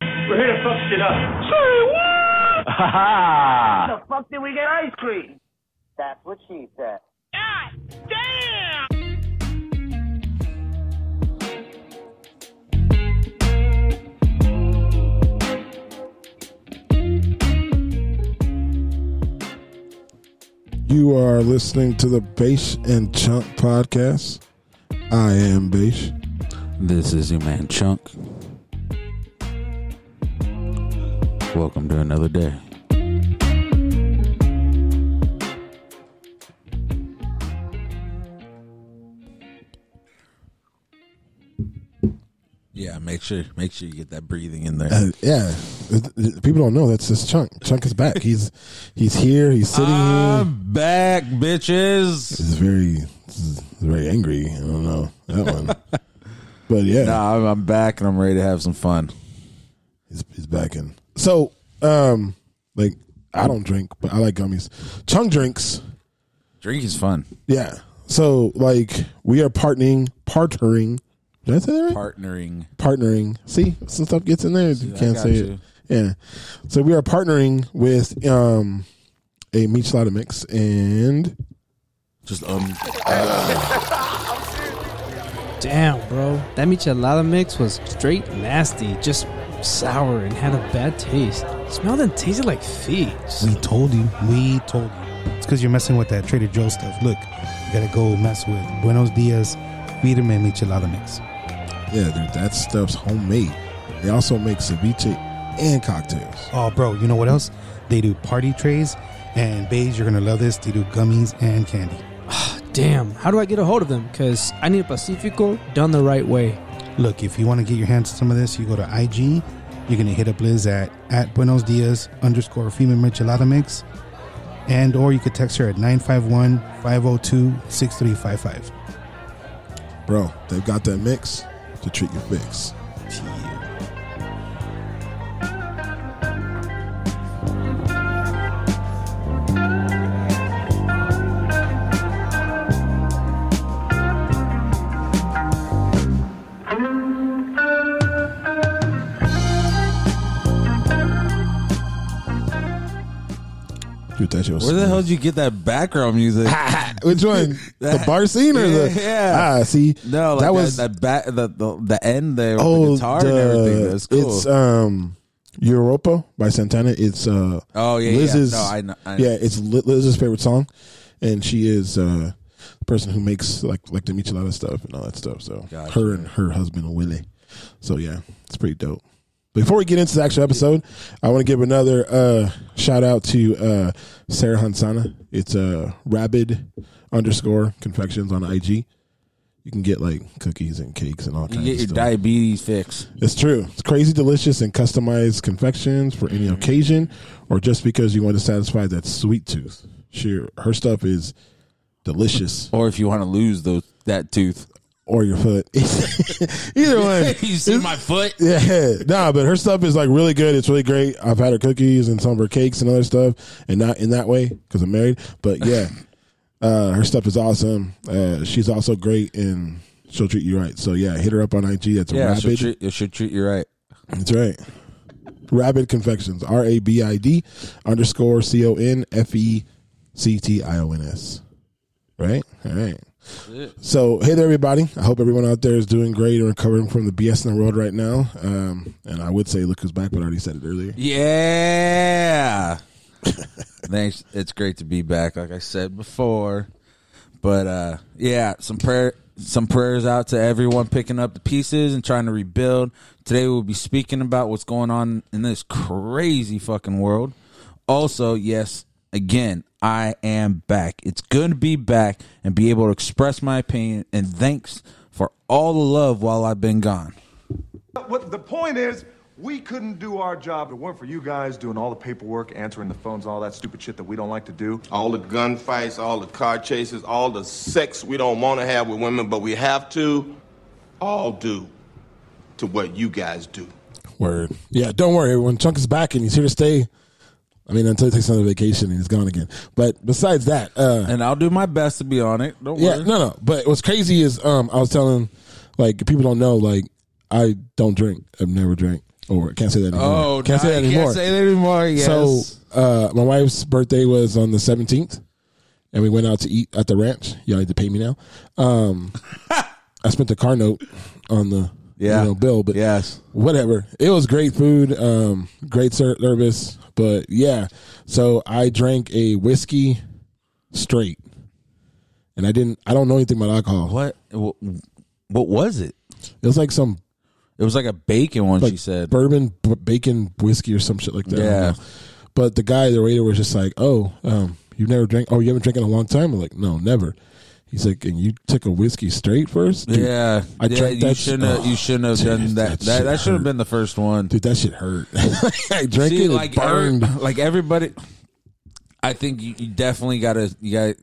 We're here to fuck shit up. Say what? Ha the fuck did we get ice cream? That's what she said. God damn! You are listening to the Bash and Chunk podcast. I am Bash. This is your man Chunk. Welcome to another day. Yeah, make sure make sure you get that breathing in there. Uh, yeah, people don't know that's his Chunk. Chunk is back. He's he's here. He's sitting here. I'm back, bitches. He's very he's very angry. I don't know that one, but yeah, Nah, I'm, I'm back and I'm ready to have some fun. he's he's back in. So, um, like I don't drink, but I like gummies. Chunk drinks. Drink is fun. Yeah. So like we are partnering, partnering. Did I say that right? Partnering. partnering. See, some stuff gets in there. you I can't got say you. it. Yeah. So we are partnering with um a Michelada mix and Just um. Damn, bro. That michelada mix was straight nasty, just sour and had a bad taste. smelled and tasted like feet. We told you. We told you. It's because you're messing with that Trader Joe stuff. Look, you gotta go mess with Buenos Dias, Vietnam and Michelada mix. yeah, dude, that stuff's homemade. They also make ceviche and cocktails. Oh, bro, you know what else? They do party trays, and babes, you're gonna love this. They do gummies and candy. Damn, how do I get a hold of them? Because I need a Pacifico done the right way. Look, if you want to get your hands on some of this, you go to IG. You're gonna hit up Liz at at Buenos Dias underscore female Michelada mix, and or you could text her at 951-502-6355. Bro, they've got that mix to treat your fix. Dude, that shit was Where the smooth. hell did you get that background music? Which one? the That- bar scene or the Yeah. Ah, see, no, like that was that back the, the the end there with oh, the guitar and everything. That's cool. It's um, Europa by Santana. It's uh, oh yeah, Liz's yeah. No, I, know, I know. yeah, it's Li- Liz's favorite song, and she is uh, the person who makes like like the michelada stuff and all that stuff. So Gotcha. her and her husband Willie. So yeah, it's pretty dope. Before we get into the actual episode, I want to give another uh, shout out to uh, Sarah Hansana. It's uh, rabid underscore confections on IG. You can get like cookies and cakes and all You kinds get of your stuff. diabetes fix. It's true. It's crazy delicious and customized confections for Mm-hmm. any occasion or just because you want to satisfy that sweet tooth. She, her stuff is delicious. Or if you want to lose those that tooth. Or your foot. Either one. you see my foot? Yeah. Nah, but her stuff is like really good. It's really great. I've had her cookies and some of her cakes and other stuff and not in that way because I'm married. But yeah, uh, her stuff is awesome. Uh, she's also great and she'll treat you right. So yeah, hit her up on IG. That's a Yeah, it rapid. should, treat, it should treat you right. That's right. Rabid Confections, R A B I D underscore C O N F E C T I O N S. Right? All right. So, hey there, everybody. I hope everyone out there is doing great and recovering from the BS in the world right now. Um, and I would say look who's back, but I already said it earlier. Yeah. Thanks. It's great to be back, like I said before. But uh yeah, some prayer some prayers out to everyone picking up the pieces and trying to rebuild. Today we'll be speaking about what's going on in this crazy fucking world. Also, yes, again, I am back. It's good to be back and be able to express my opinion and thanks for all the love while I've been gone. What the point is, we couldn't do our job if it weren't for you guys doing all the paperwork, answering the phones, all that stupid shit that we don't like to do. All the gunfights, all the car chases, all the sex we don't want to have with women, but we have to, all do to what you guys do. Word. Yeah, don't worry, everyone. Chunk is back and he's here to stay. I mean, until he takes another vacation and he's gone again. But besides that, uh, And I'll do my best to be on it. Don't Yeah, worry. no, no. But what's crazy is um, I was telling like people don't know like I don't drink. I've never drank. Over. Can't say that anymore. Oh, can't nah, say that you anymore. Can't say that anymore. Yes. So uh, my wife's birthday was on the seventeenth, and we went out to eat at the ranch. Y'all need to pay me now. Um, I spent the car note on the yeah, you know, bill, but yes, whatever. It was great food, um, great ser- service, but yeah. So I drank a whiskey straight, and I didn't. I don't know anything about alcohol. what what what was it? It was like some It was like a bacon one. like she said, bourbon, b- bacon, whiskey, or some shit like that. I don't Yeah. know. But the guy, the waiter, was just like, "Oh, um, you've never drank? Oh, you haven't drank in a long time?" I'm like, "No, never." He's like, "And you took a whiskey straight first? Dude, yeah, I yeah, drank you that- shouldn't have. you oh, shouldn't have dude, done that. that That, shit that should have hurt. been the first one. Dude, that shit hurt. I drank See, it, and like every- burned. like everybody. I think you, you definitely gotta. You got.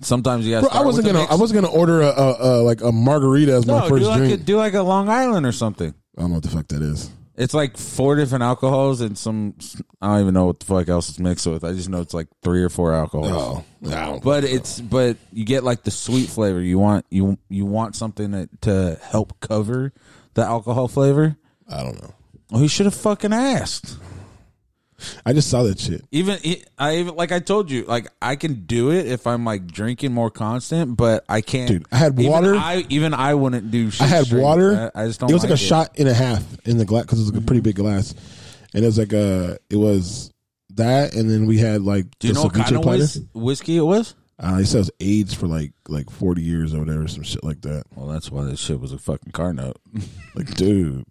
Sometimes you got. Bro, I wasn't gonna. I wasn't gonna order a, a, a like a margarita as my No, do first like drink. a, do like a Long Island or something. I don't know what the fuck that is. It's like four different alcohols and some. I don't even know what the fuck else it's mixed with. I just know it's like three or four alcohols. Oh, no. But it's but you get like the sweet flavor. You want you you want something that, to help cover the alcohol flavor. I don't know. Well, he should have fucking asked. I just saw that shit. Even I even like I told you, like I can do it if I'm like drinking more constant, but I can't. Dude, I had even water. I even I wouldn't do. shit I had straight. water. I, I just don't. It was like, like Mm-hmm. a shot and a half in the glass because it was like a pretty big glass, and it was like uh It was that, and then we had like Do you the know what ceviche kind of platter. whis- whiskey it was? Uh, he says AIDS for like like forty years or whatever, some shit like that. Well, that's why this shit was a fucking car note. Like, dude,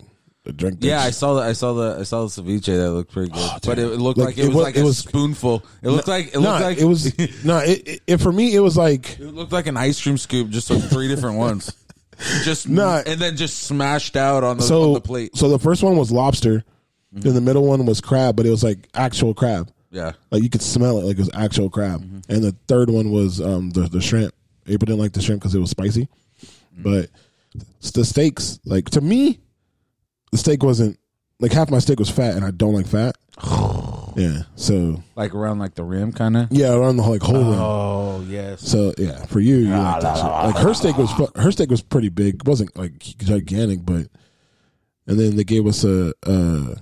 I drank. That Yeah, I shit. saw the I saw the I saw the ceviche that looked pretty good, but it damn. looked like, Oh, Like, it, it was wa- like it a was- spoonful. It looked like it looked Nah, like it was no. It, it, it for me, it was like It looked like an ice cream scoop, just like three different ones. Just Nah. and then just smashed out on the, so. on the plate. Mm-hmm. So the first one was lobster, then the middle one was crab, but it was like actual crab. Yeah. Mm-hmm. Like you could smell it, like it was actual crab. And the third one was um, the the shrimp. April didn't like the shrimp because it was spicy, Mm-hmm. but s- the steaks, like to me, the steak wasn't like half my steak was fat, and I don't like fat. yeah, so Like around like the rim kind of. yeah, around the whole, like whole room. Oh yes. So yeah, for you, you like that shit. Like her steak was fu- her steak was pretty big, It wasn't like gigantic, but and then they gave us a a,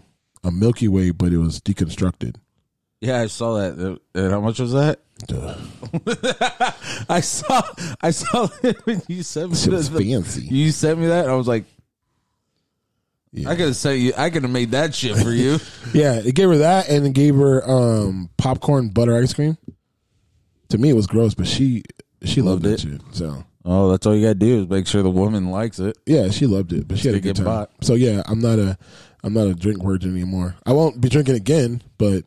a Milky Way, but it was deconstructed. Yeah, I saw that. And how much was that? I saw I saw it when you sent me Shit was that. fancy. You sent me that. and I was like, Yeah. I could have sent you. I could have made that shit for you. Yeah, it gave her that, and it gave her um, popcorn butter ice cream. To me, it was gross, but she she loved, Loved that shit. So oh, that's all you gotta do is make sure the woman likes it. yeah, she loved it, but she had a Stick good it time. bot. So yeah, I'm not a I'm not a drink virgin anymore. I won't be drinking again, but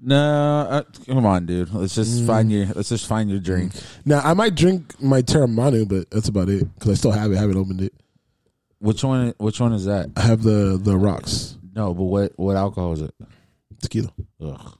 No, uh come on, dude. Let's just find your. Let's just find your drink. now I might drink my Terramanu, but that's about it because I still have it. I haven't opened it. Which one? Which one is that? I have the the rocks No, but what what alcohol is it? tequila. Ugh.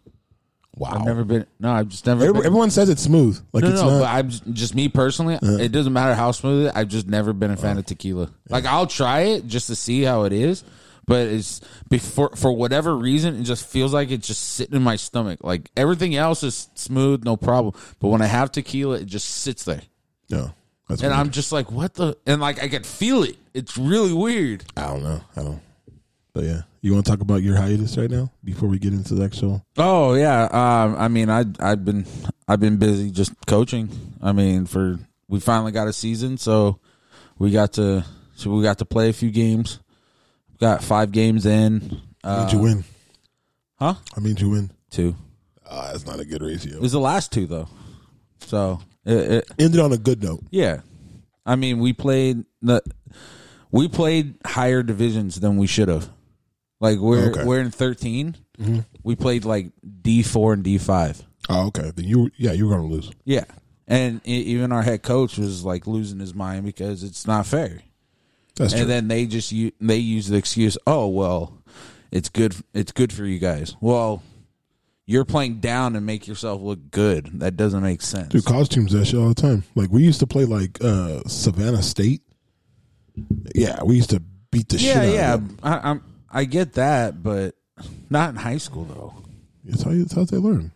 Wow, I've never been. No, I've just never. Every- been, everyone says it's smooth. Like no, it's no, not. but I'm just, just me personally. It doesn't matter how smooth it. I've just never been a Oh. fan of tequila. Like I'll try it just to see how it is, but it's before for whatever reason it just feels like it's just sitting in my stomach. Like everything else is smooth, no problem. But when I have tequila, it just sits there, no, that's and weird. I'm just like, what the? And like I can feel it. It's really weird. I don't know. I don't. But yeah, you want to talk about your hiatus right now before we get into the actual. Oh yeah, um, I mean, I I've been I've been busy just coaching. I mean, for we finally got a season, so we got to so we got to play a few games. Got five games in. I mean you win. Uh, Huh? I mean you win. Two. Uh, that's not a good It ratio. was the last two though. So it, it, Ended on a good note. yeah, I mean, we played the we played higher divisions than we should have. Like we're Okay. we're in 13 We played like D four and D five. Oh, okay. Then you, yeah, you were gonna lose. Yeah. And e- even our head coach was like losing his mind because it's not fair. That's true. And then they just u- they use the excuse, "Oh, well, it's good it's good for you guys." Well, you're playing down and make yourself look good. That doesn't make sense. Dude, college teams do that shit all the time. Like we used to play like uh Savannah State. Yeah, we used to beat the shit yeah, out yeah. of them. I I'm, I get that, but not in high school though. That's how, that's how they learn.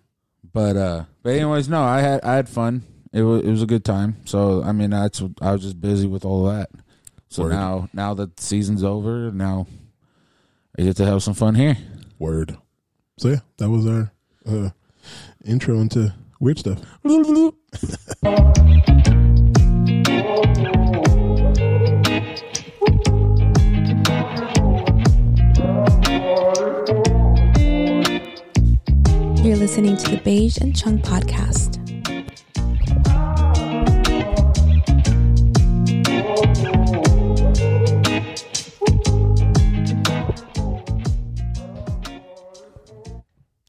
But uh but anyways, no, I had I had fun. It was it was a good time. So I mean, that's I was just busy with all that. So Word. now now that the season's over, now I get to have some fun here. Word. So yeah, that was our uh, intro into weird stuff. You're listening to the Beige and Chung podcast.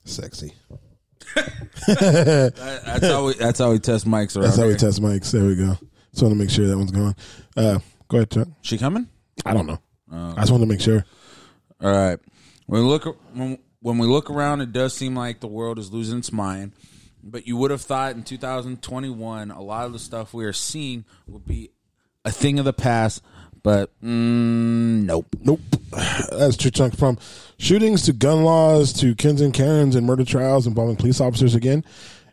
Sexy. That's how we. That's how we test mics around. That's how we here. test mics. There we go. Just want to make sure that one's gone. Uh, go ahead, Chuck. She coming? I don't know. I just want to make sure. All right. When we look when, when we look around, it does seem like the world is losing its mind. But you would have thought in 2021, a lot of the stuff we are seeing would be a thing of the past. But mm, nope. Nope. That's True Chunk's problem. Shootings to gun laws to Kens and Karens and murder trials involving police officers again.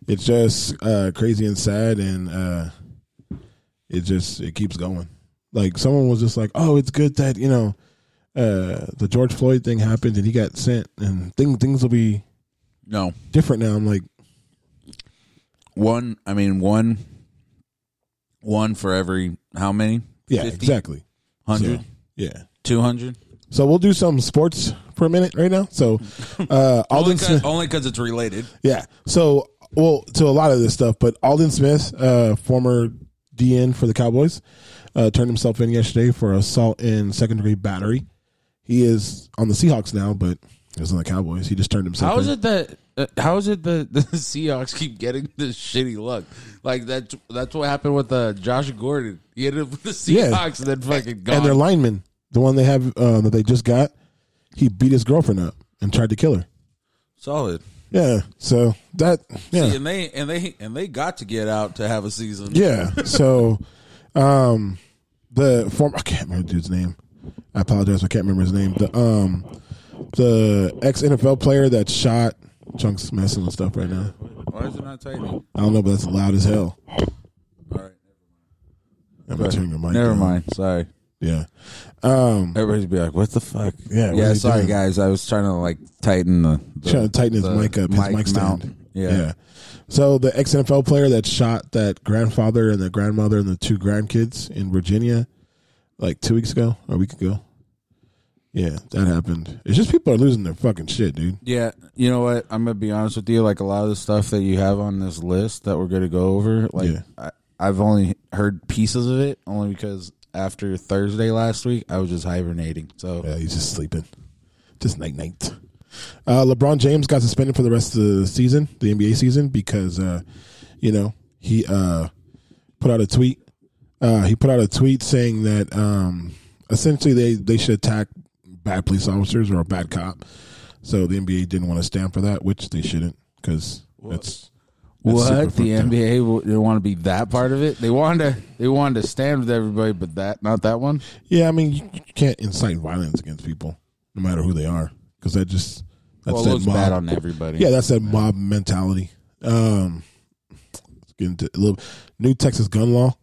It's just uh, crazy and sad, and uh, it just it keeps going. Like someone was just like, "Oh, it's good that you know uh, the George Floyd thing happened and he got sent, and thing, things will be No different now." I'm like, one. I mean one. One for every how many? "Yeah, 50? exactly." So, 100, yeah. 200? So we'll do some sports for a minute right now. So uh, Only Alden Smith. because only 'cause it's related. Yeah. So, well, to a lot of this stuff, but Alden Smith, uh, former DN for the Cowboys, uh, turned himself in yesterday for assault and second degree battery. He is on the Seahawks now, but he was on the Cowboys. He just turned himself. How is in. it that uh, how is it that the Seahawks keep getting this shitty luck? Like that's that's what happened with uh, Josh Gordon. He ended up with the Yeah. Seahawks and then fucking gone. And their lineman, the one they have uh, that they just got, he beat his girlfriend up and tried to kill her. solid. Yeah. So that yeah. See, and they and they and they got to get out to have a season. Yeah. So, um, the form I can't remember the dude's name. I apologize. I can't remember his name. The um, the ex NFL player that shot Chunks messing with stuff right now. Why is it not typing? All I don't know, but that's loud as hell. right. I'm gonna turn your mic. Never down. mind. Sorry. Yeah. Um, Everybody's be like, "What the fuck?" Yeah, what are Yeah. you Sorry, doing? guys. I was trying to like tighten the, the- trying to tighten his the mic up, his mic, stand. mount. Yeah. So the ex NFL player that shot that grandfather and the grandmother and the two grandkids in Virginia, like two weeks ago or a week ago. Yeah, that happened. It's just people are losing their fucking shit, dude. Yeah, you know what? I'm gonna be honest with you. Like a lot of the stuff that you have on this list that we're gonna go over, like Yeah. I, I've only heard pieces of it, only because after Thursday last week, I was just hibernating. So Yeah, he's just sleeping. Just night night. Uh, LeBron James got suspended for the rest of the season, the NBA season, because uh, you know he uh, put out a tweet. Uh, he put out a tweet saying that um, essentially they they should attack bad police officers or a bad cop. So the NBA didn't want to stand for that, which they shouldn't, because that's, that's super what fucked the up. NBA w- didn't want to be that part of it. They wanted to they wanted to stand with everybody, but that not that one. Yeah, I mean you, you can't incite violence against people, no matter who they are, because that just that's well, it that looks mob- bad on everybody. Yeah, that's that mob mentality. Um, let's get into a little new Texas gun law.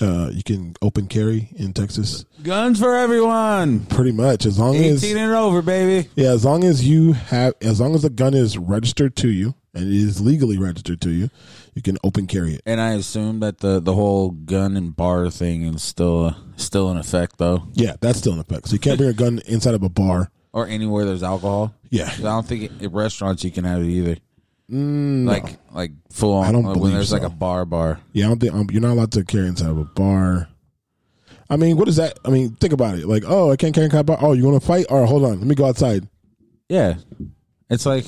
Uh, you can open carry in Texas guns for everyone, pretty much as long as eighteen and over, baby. yeah, as long as you have as long as the gun is registered to you and it is legally registered to you, you can open carry it. And I assume that the the whole gun and bar thing is still uh, still in effect though, Yeah, that's still in effect. So you can't bring a gun inside of a bar. or anywhere there's alcohol. Yeah, I don't think at restaurants you can have it either. like like full on. Mm, I don't like when believe there's like so. a bar bar. yeah. I don't think um, you're not allowed to carry inside of a bar. I mean, what is that? I mean, think about it. Like, oh, I can't carry inside a bar. Oh, you want to fight? All right, hold on. Let me go outside. Yeah, it's like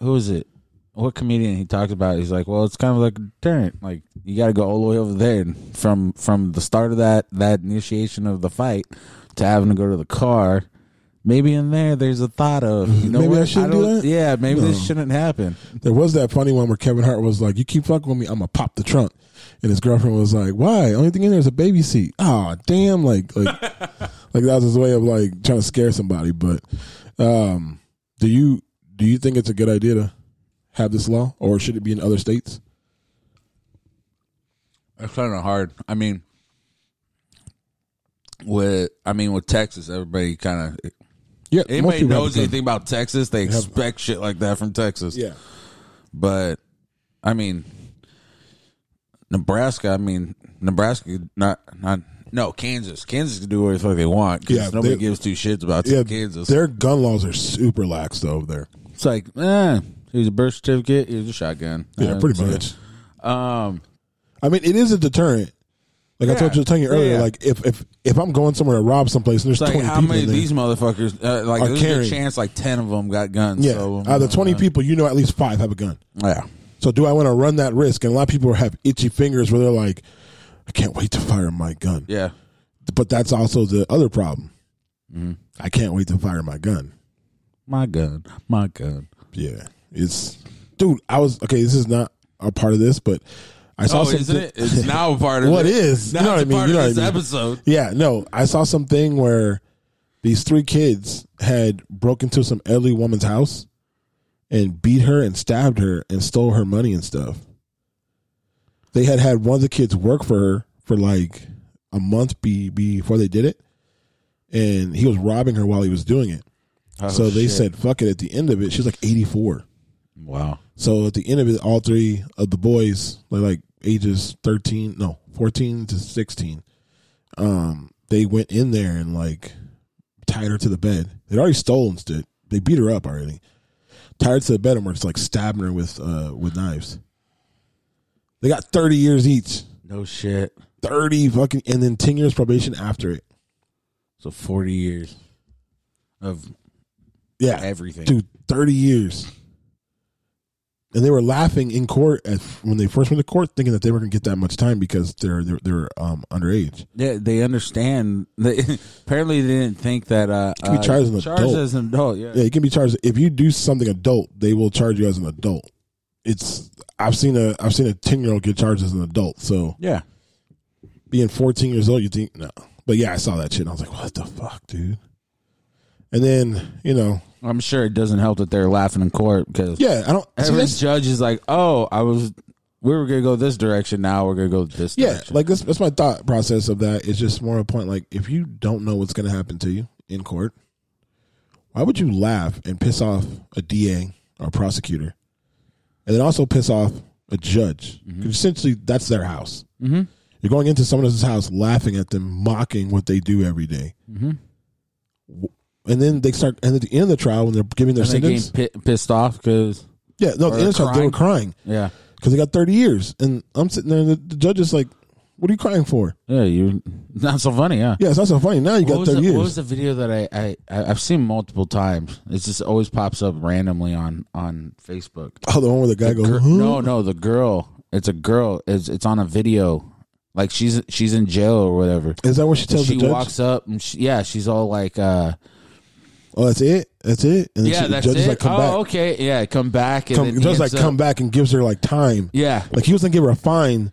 who is it? What comedian he talked about? He's like, well, it's kind of like a deterrent. Like you got to go all the way over there and from from the start of that that initiation of the fight to having to go to the car. Maybe in there, there's a thought of you know Mm-hmm. Maybe I what? shouldn't do don't- that? Yeah, maybe this No. shouldn't happen. There was that funny one where Kevin Hart was like, "You keep fucking with me, I'm gonna pop the trunk," and his girlfriend was like, "Why? Only thing in there is a baby seat." Oh, damn! Like, like, like that was his way of like trying to scare somebody. But um, do you do you think it's a good idea to have this law, or should it be in other states? It's kind of hard. I mean, with I mean with Texas, everybody kind of Yeah, most Anybody people have knows a gun. anything about Texas, they have- expect shit like that from Texas. Yeah. But I mean Nebraska, I mean Nebraska not not no, Kansas. Kansas can do whatever the fuck they want because Yeah, nobody they- gives two shits about Yeah, Kansas. their gun laws are super lax though over there. It's like, eh, here's a birth certificate, here's a shotgun. Yeah, Uh, pretty so- much. Um, I mean, it is a deterrent. Like I told you, telling you Yeah, earlier, yeah. like if if if I'm going somewhere to rob someplace and there's it's like twenty how people many in of there, these motherfuckers? Uh, like Are there's a good carrying. chance like ten of them got guns. yeah, so, out of the twenty uh, people, you know, at least five have a gun. Yeah, So do I want to run that risk? And a lot of people have itchy fingers where they're like, I can't wait to fire my gun. yeah. But that's also the other problem. Mm-hmm. I can't wait to fire my gun. My gun, my gun. Yeah, it's dude. I was okay. This is not a part of this, but I saw Oh, something. isn't it? It's now a part of What it. is? You Now know it's what I a mean, part you know of what this I mean. episode. Yeah, no, I saw something where these three kids had broke into some elderly woman's house and beat her and stabbed her and stole her money and stuff. They had had one of the kids work for her for like a month be, before they did it, and he was robbing her while he was doing it. Oh, so they said, "Fuck it." At the end of it, she was like eighty four. Wow. So at the end of it, all three of the boys, like, like ages thirteen, no, fourteen to sixteen, um, they went in there and like tied her to the bed. They'd already stolen it. They beat her up already. Tied her to the bed and were just like stabbing her with uh with knives. They got thirty years each. No shit. Thirty fucking and then ten years probation after it. So forty years of Yeah. everything. Dude, 30 years. And they were laughing in court at when they first went to court, thinking that they were going to get that much time because they're they're, they're um, underage. Yeah, they understand. They, apparently, they didn't think that uh, can be uh, charged as an adult. as an adult. Yeah. Yeah, you can be charged if you do something adult. They will charge you as an adult. It's I've seen a I've seen a ten year old get charged as an adult. So yeah. being fourteen years old, you think no. But yeah, I saw that shit. and I was like, what the fuck, dude. And then you know, I'm sure it doesn't help that they're laughing in court because yeah, I don't. see, every that's- judge is like, "Oh, I was, we were gonna go this direction. Now we're gonna go this Yeah, direction." like that's that's my thought process of that. It's just more a point like if you don't know what's going to happen to you in court, why would you laugh and piss off a DA or a prosecutor, and then also piss off a judge? Mm-hmm. 'Cause essentially, that's their house. Mm-hmm. You're going into someone else's house, laughing at them, mocking what they do every day. Mm-hmm. W- and then they start. And at the end of the trial, when they're giving their and they sentence, getting pi- pissed off because yeah, no, at the or end of the trial, they were crying yeah, because they got 30 years, and I'm sitting there. And the, the judge is like, "What are you crying for?" yeah, you not so funny, huh? Yeah, it's not so funny. Now you What got was, 30 the, years. what was the video that I, I I- I've seen multiple times? It just always pops up randomly on on Facebook. oh, the one where the guy goes, Gir- huh? no, no, the girl. It's a girl. It's it's on a video. Like she's she's in jail or whatever. Is that what she tells she the judge? walks up and she, yeah, she's all like, uh, oh, that's it? That's it? And then yeah, she, that's the judge it. is like, come oh, back. okay, yeah, come back. And Come, then the he judge is like, ends up- come back and gives her like time. Yeah, Like he was going to give her a fine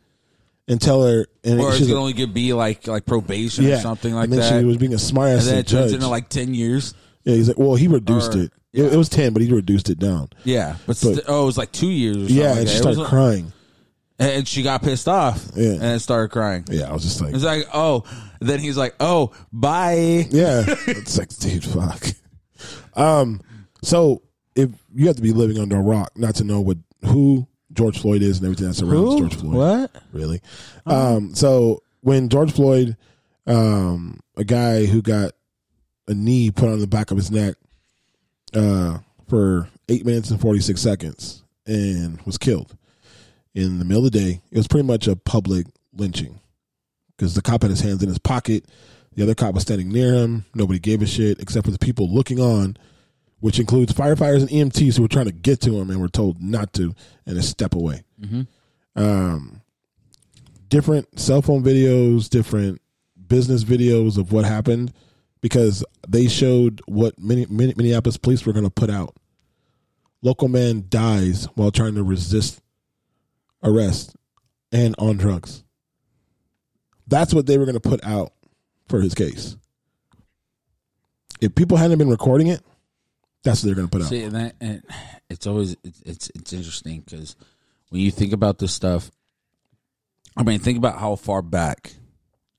and tell her. And or it's she's gonna like, only could be like like probation or yeah. something like and then that. she was being a smart and ass then it turns judge. into like ten years. yeah, he's like, well, he reduced Or- it. It- It, was 10, but he reduced it down. Yeah, but, But- st- oh, it was like two years. Or something Yeah, like and that. she It was started a- crying. and she got pissed off. Yeah. and started crying. Yeah, I was just like, It's like oh, then he's like oh, bye. yeah. it's like, dude, fuck. Um, so if you have to be living under a rock not to know what who George Floyd is and everything that surrounds George Floyd. What? really. Um, so when George Floyd, um, a guy who got a knee put on the back of his neck uh, for eight minutes and 46 seconds and was killed in the middle of the day, it was pretty much a public lynching because the cop had his hands in his pocket. The other cop was standing near him. Nobody gave a shit except for the people looking on, which includes firefighters and EMTs who were trying to get to him and were told not to and to step away um, different cell phone videos, different business videos of what happened because they showed what many, many Minneapolis police were going to put out. Local man dies while trying to resist arrest and on drugs. That's what they were going to put out for his case. If people hadn't been recording it, that's what they're going to put out. See, and that, and it's always it's it's, it's interesting because when you think about this stuff, I mean, think about how far back,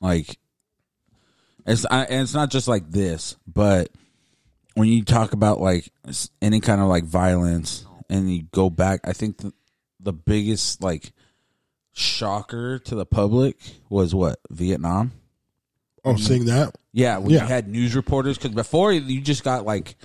like, it's I, and it's not just like this, but when you talk about like s- any kind of like violence and you go back, I think the, the biggest like shocker to the public was what Vietnam. Oh, seeing that? Yeah, when Yeah. you had news reporters, because before you just got like,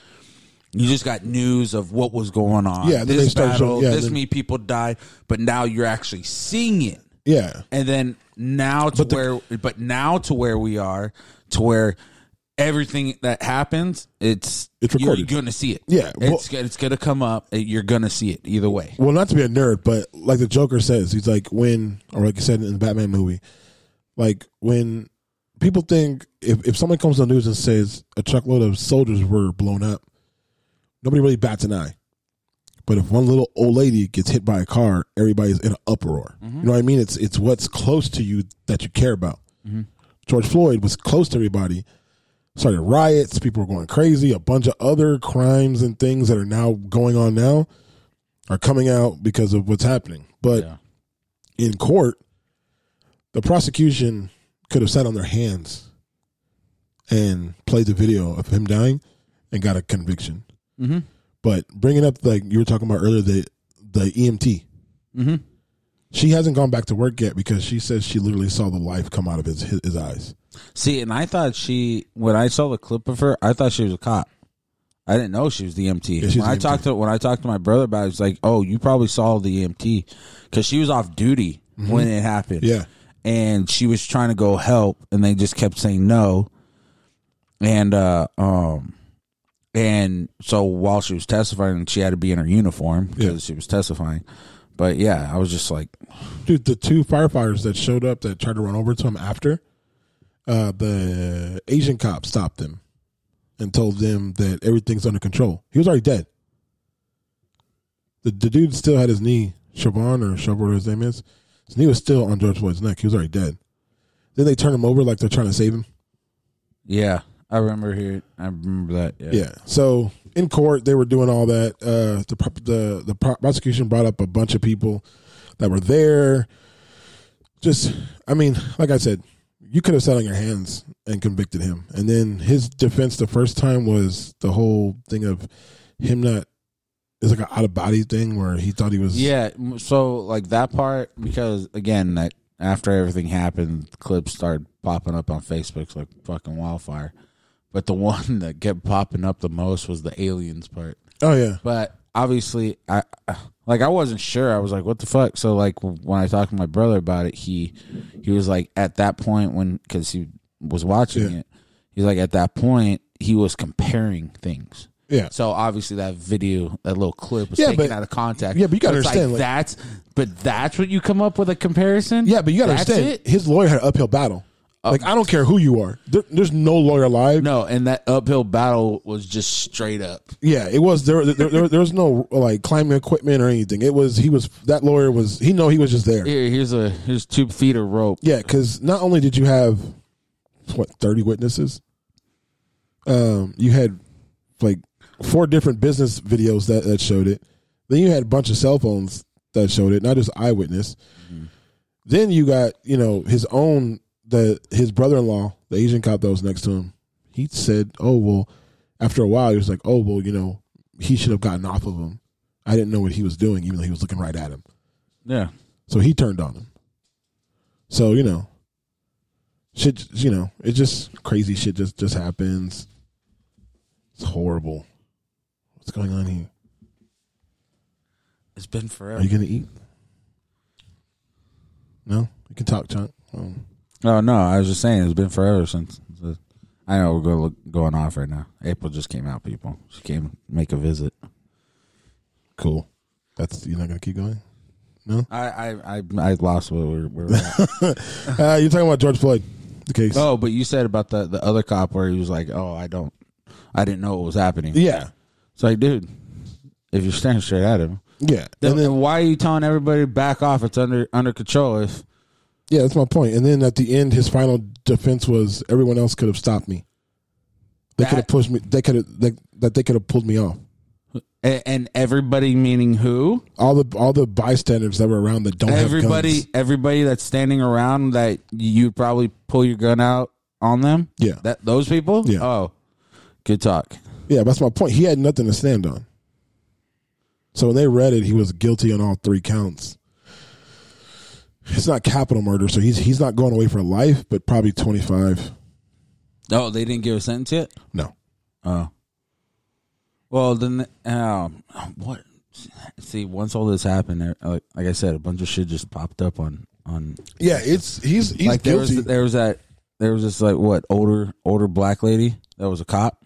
you just got news of what was going on. Yeah, then they this start battle, showing- yeah, this then- many people died, but now you're actually seeing it, Yeah. and then now to where, but now to where we are, to where everything that happens, it's It's recorded. You're going to see it. Yeah, well- it's it's going to come up. and You're going to see it either way. Well, not to be a nerd, but like the Joker says, he's like when, or like you said in the Batman movie, like when people think if if someone comes on the news and says a truckload of soldiers were blown up, nobody really bats an eye. But if one little old lady gets hit by a car, everybody's in an uproar. You know what I mean? It's it's what's close to you that you care about. George Floyd was close to everybody. Started riots, people were going crazy, a bunch of other crimes and things that are now going on now are coming out because of what's happening. But in court, the prosecution could have sat on their hands and played the video of him dying and got a conviction. Mm-hmm. But bringing up like you were talking about earlier, the the EMT, she hasn't gone back to work yet because she says she literally saw the life come out of his his, his eyes. See, and I thought she when I saw the clip of her, I thought she was a cop. I didn't know she was the EMT. she's when the E I EMT. talked to when I talked to my brother about it, it's like, "Oh, you probably saw the EMT because she was off duty when it happened." Mm-hmm. Yeah. and she was trying to go help, and they just kept saying no. And uh, um, and so while she was testifying, she had to be in her uniform because she Yeah. was testifying. But yeah, I was just like, dude the two firefighters that showed up that tried to run over to him after uh the asian cop stopped them and told them that everything's under control he was already dead the, the dude still had his knee Siobhan or Siobhan, whatever his name is his knee was still on george floyd's neck he was already dead then they turn him over like they're trying to save him "Yeah, I remember here. I remember that." Yeah, Yeah. So in court, they were doing all that. Uh, the pro- the the pro- prosecution brought up a bunch of people that were there. Just, I mean, like I said, you could have sat on your hands and convicted him. And then his defense the first time was the whole thing of him not. It's like an out of body thing where he thought he was. Yeah, m- so like that part because again, that after everything happened, clips started popping up on Facebook's like fucking wildfire. But the one that kept popping up the most was the aliens part. Oh yeah. But obviously, I like I wasn't sure. I was like, "What the fuck?" So like when I talked to my brother about it, he he was like, at that point when because he was watching Yeah. it, he's like, at that point he was comparing things. Yeah. So obviously that video, that little clip was Yeah, taken but- out of context. yeah, but you gotta So it's understand, like, like- that's but that's what you come up with a comparison. Yeah, but you gotta That's understand, it? Oh. his lawyer had an uphill battle. like I don't care who you are. There, there's no lawyer alive. No, and that uphill battle was just straight up. Yeah, it was there. There, there, there was no like climbing equipment or anything. It was he was that lawyer was he know he was just there. Here, here's a here's two feet of rope. Yeah, because not only did you have what thirty witnesses, um, you had like four different business videos that, that showed it. Then you had a bunch of cell phones that showed it, not just eyewitness. Then you got you know his own the his brother in law, the Asian cop that was next to him. He said, "Oh well," after a while he was like, "Oh well," you know, he should have gotten off of him. I didn't know what he was doing, even though he was looking right at him. Yeah. So he turned on him. So you know, shit. You know, it just crazy shit just just happens. It's horrible. What's going on here? It's been forever. Are you gonna eat? No, you can talk, Chunk. Um, Oh no, I was just saying it's been forever since. The, I know we're going look, going off right now. April just came out. People, she came make a visit. cool. That's you're not gonna keep going. I I I, I lost what we we're, we we're at. Uh, you're talking about George Floyd, the case. oh, but you said about the the other cop where he was like, "Oh, I don't, I didn't know what was happening." yeah, It's like, dude, if you're staring straight at him, yeah. then, and then why are you telling everybody back off? It's under under control. If yeah, that's my point. And then at the end, his final defense was everyone else could have stopped me. They That- could have pushed me. They could have they, that they could have pulled me off. and, and everybody meaning who? all the all the bystanders that were around that don't everybody have guns. everybody that's standing around that you'd probably pull your gun out on them Yeah. that those people Yeah. oh good talk Yeah, that's my point. He had nothing to stand on. So when they read it, he was guilty on all three counts. It's not capital murder, so he's he's not going away for life, but probably twenty five. Oh, they didn't give a sentence yet. No, Oh. Well, then, um, what? See, once all this happened, there- like, like I said, a bunch of shit just popped up on on. yeah, it's he's he's like there was guilty. there was that there was this like what older older black lady that was a cop.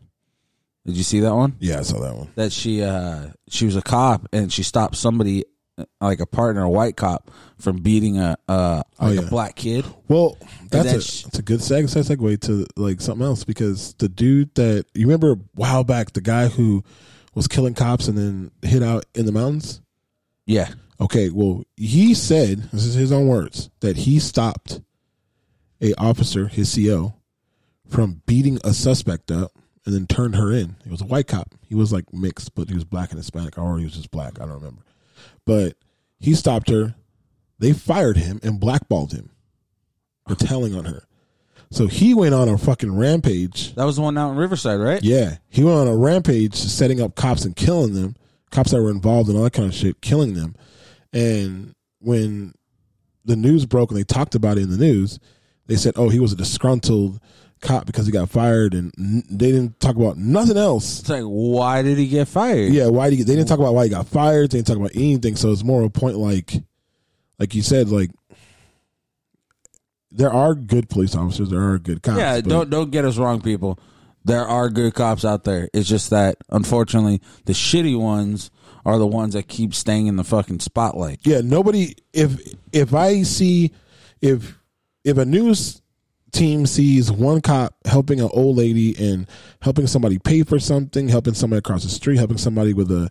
Did you see that one? yeah, I saw that one. that she uh she was a cop and she stopped somebody uh, like a partner a white cop from beating a uh like Oh, yeah. a black kid Well, that's that a, sh- it's a good seg- seg- segue to like something else because the dude that you remember a while back, the guy who was killing cops and then hid out in the mountains. yeah Okay, well, he said this is his own words that he stopped a officer, his CO, from beating a suspect up and then turned her in. It was a white cop. He was like mixed, but he was black and Hispanic, or he was just black. I don't remember. But he stopped her. They fired him and blackballed him for telling on her. So he went on a fucking rampage. that was the one out in riverside right Yeah, he went on a rampage, setting up cops and killing them. Cops that were involved in all that kind of shit, killing them. And when the news broke and they talked about it in the news, they said, "Oh, he was a disgruntled cop because he got fired," and n- they didn't talk about nothing else. it's like why did he get fired Yeah, why did he, they didn't talk about why he got fired? They didn't talk about anything. So it's more of a point like, like you said, like there are good police officers, there are good cops. yeah but- don't don't get us wrong people there are good cops out there it's just that unfortunately the shitty ones are the ones that keep staying in the fucking spotlight Yeah, nobody. If if I see if if a news team sees one cop helping an old lady and helping somebody pay for something, helping somebody across the street, helping somebody with a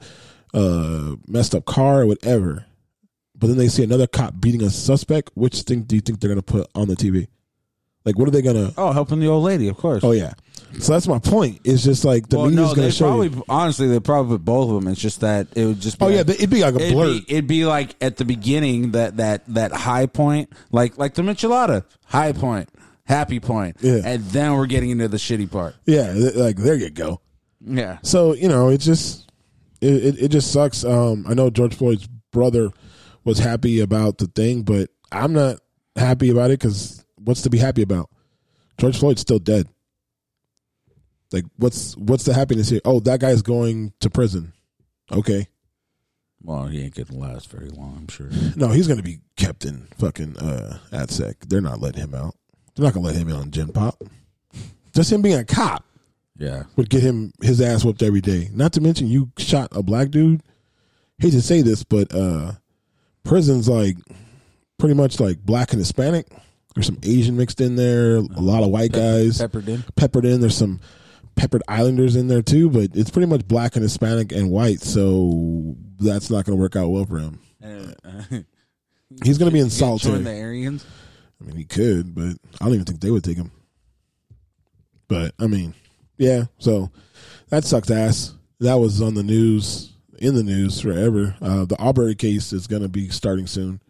uh, messed up car or whatever, but then they see another cop beating a suspect, which thing do you think they're gonna put on the TV? Like, what are they gonna? oh helping the old lady of course Oh yeah. So that's my point. It's just like the well, media's no, gonna they show probably you. honestly they probably put both of them. It's just that it would just be Oh yeah, like- they- it'd be like a It'd blur. be, it'd be like at the beginning that that that high point, like like the Michelada high point, happy point, Yeah. and then we're getting into the shitty part. yeah, th- like there you go. Yeah, So you know, it just it, it, it just sucks. Um, I know George Floyd's brother was happy about the thing, but I'm not happy about it because what's to be happy about? George Floyd's still dead. Like, what's what's the happiness here? Oh, that guy's going to prison. Okay, well, he ain't gonna last very long, I'm sure. no, he's gonna be kept in fucking uh, ATSEC. They're not letting him out. They're not gonna let him in on Gen Pop. Just him being a cop Yeah, would get him his ass whooped every day. Not to mention you shot a black dude. Hate to say this, but uh prison's like pretty much like black and Hispanic. There's some Asian mixed in there, a lot of white guys peppered in. peppered in. There's some peppered islanders in there too, but it's pretty much black and Hispanic and white, so that's not gonna work out well for him. He's gonna be in solitary. Join the Aryans. I mean, he could, but I don't even think they would take him. But I mean, yeah. So that sucked ass. That was on the news, in the news forever. Uh, the Aubrey case is going to be starting soon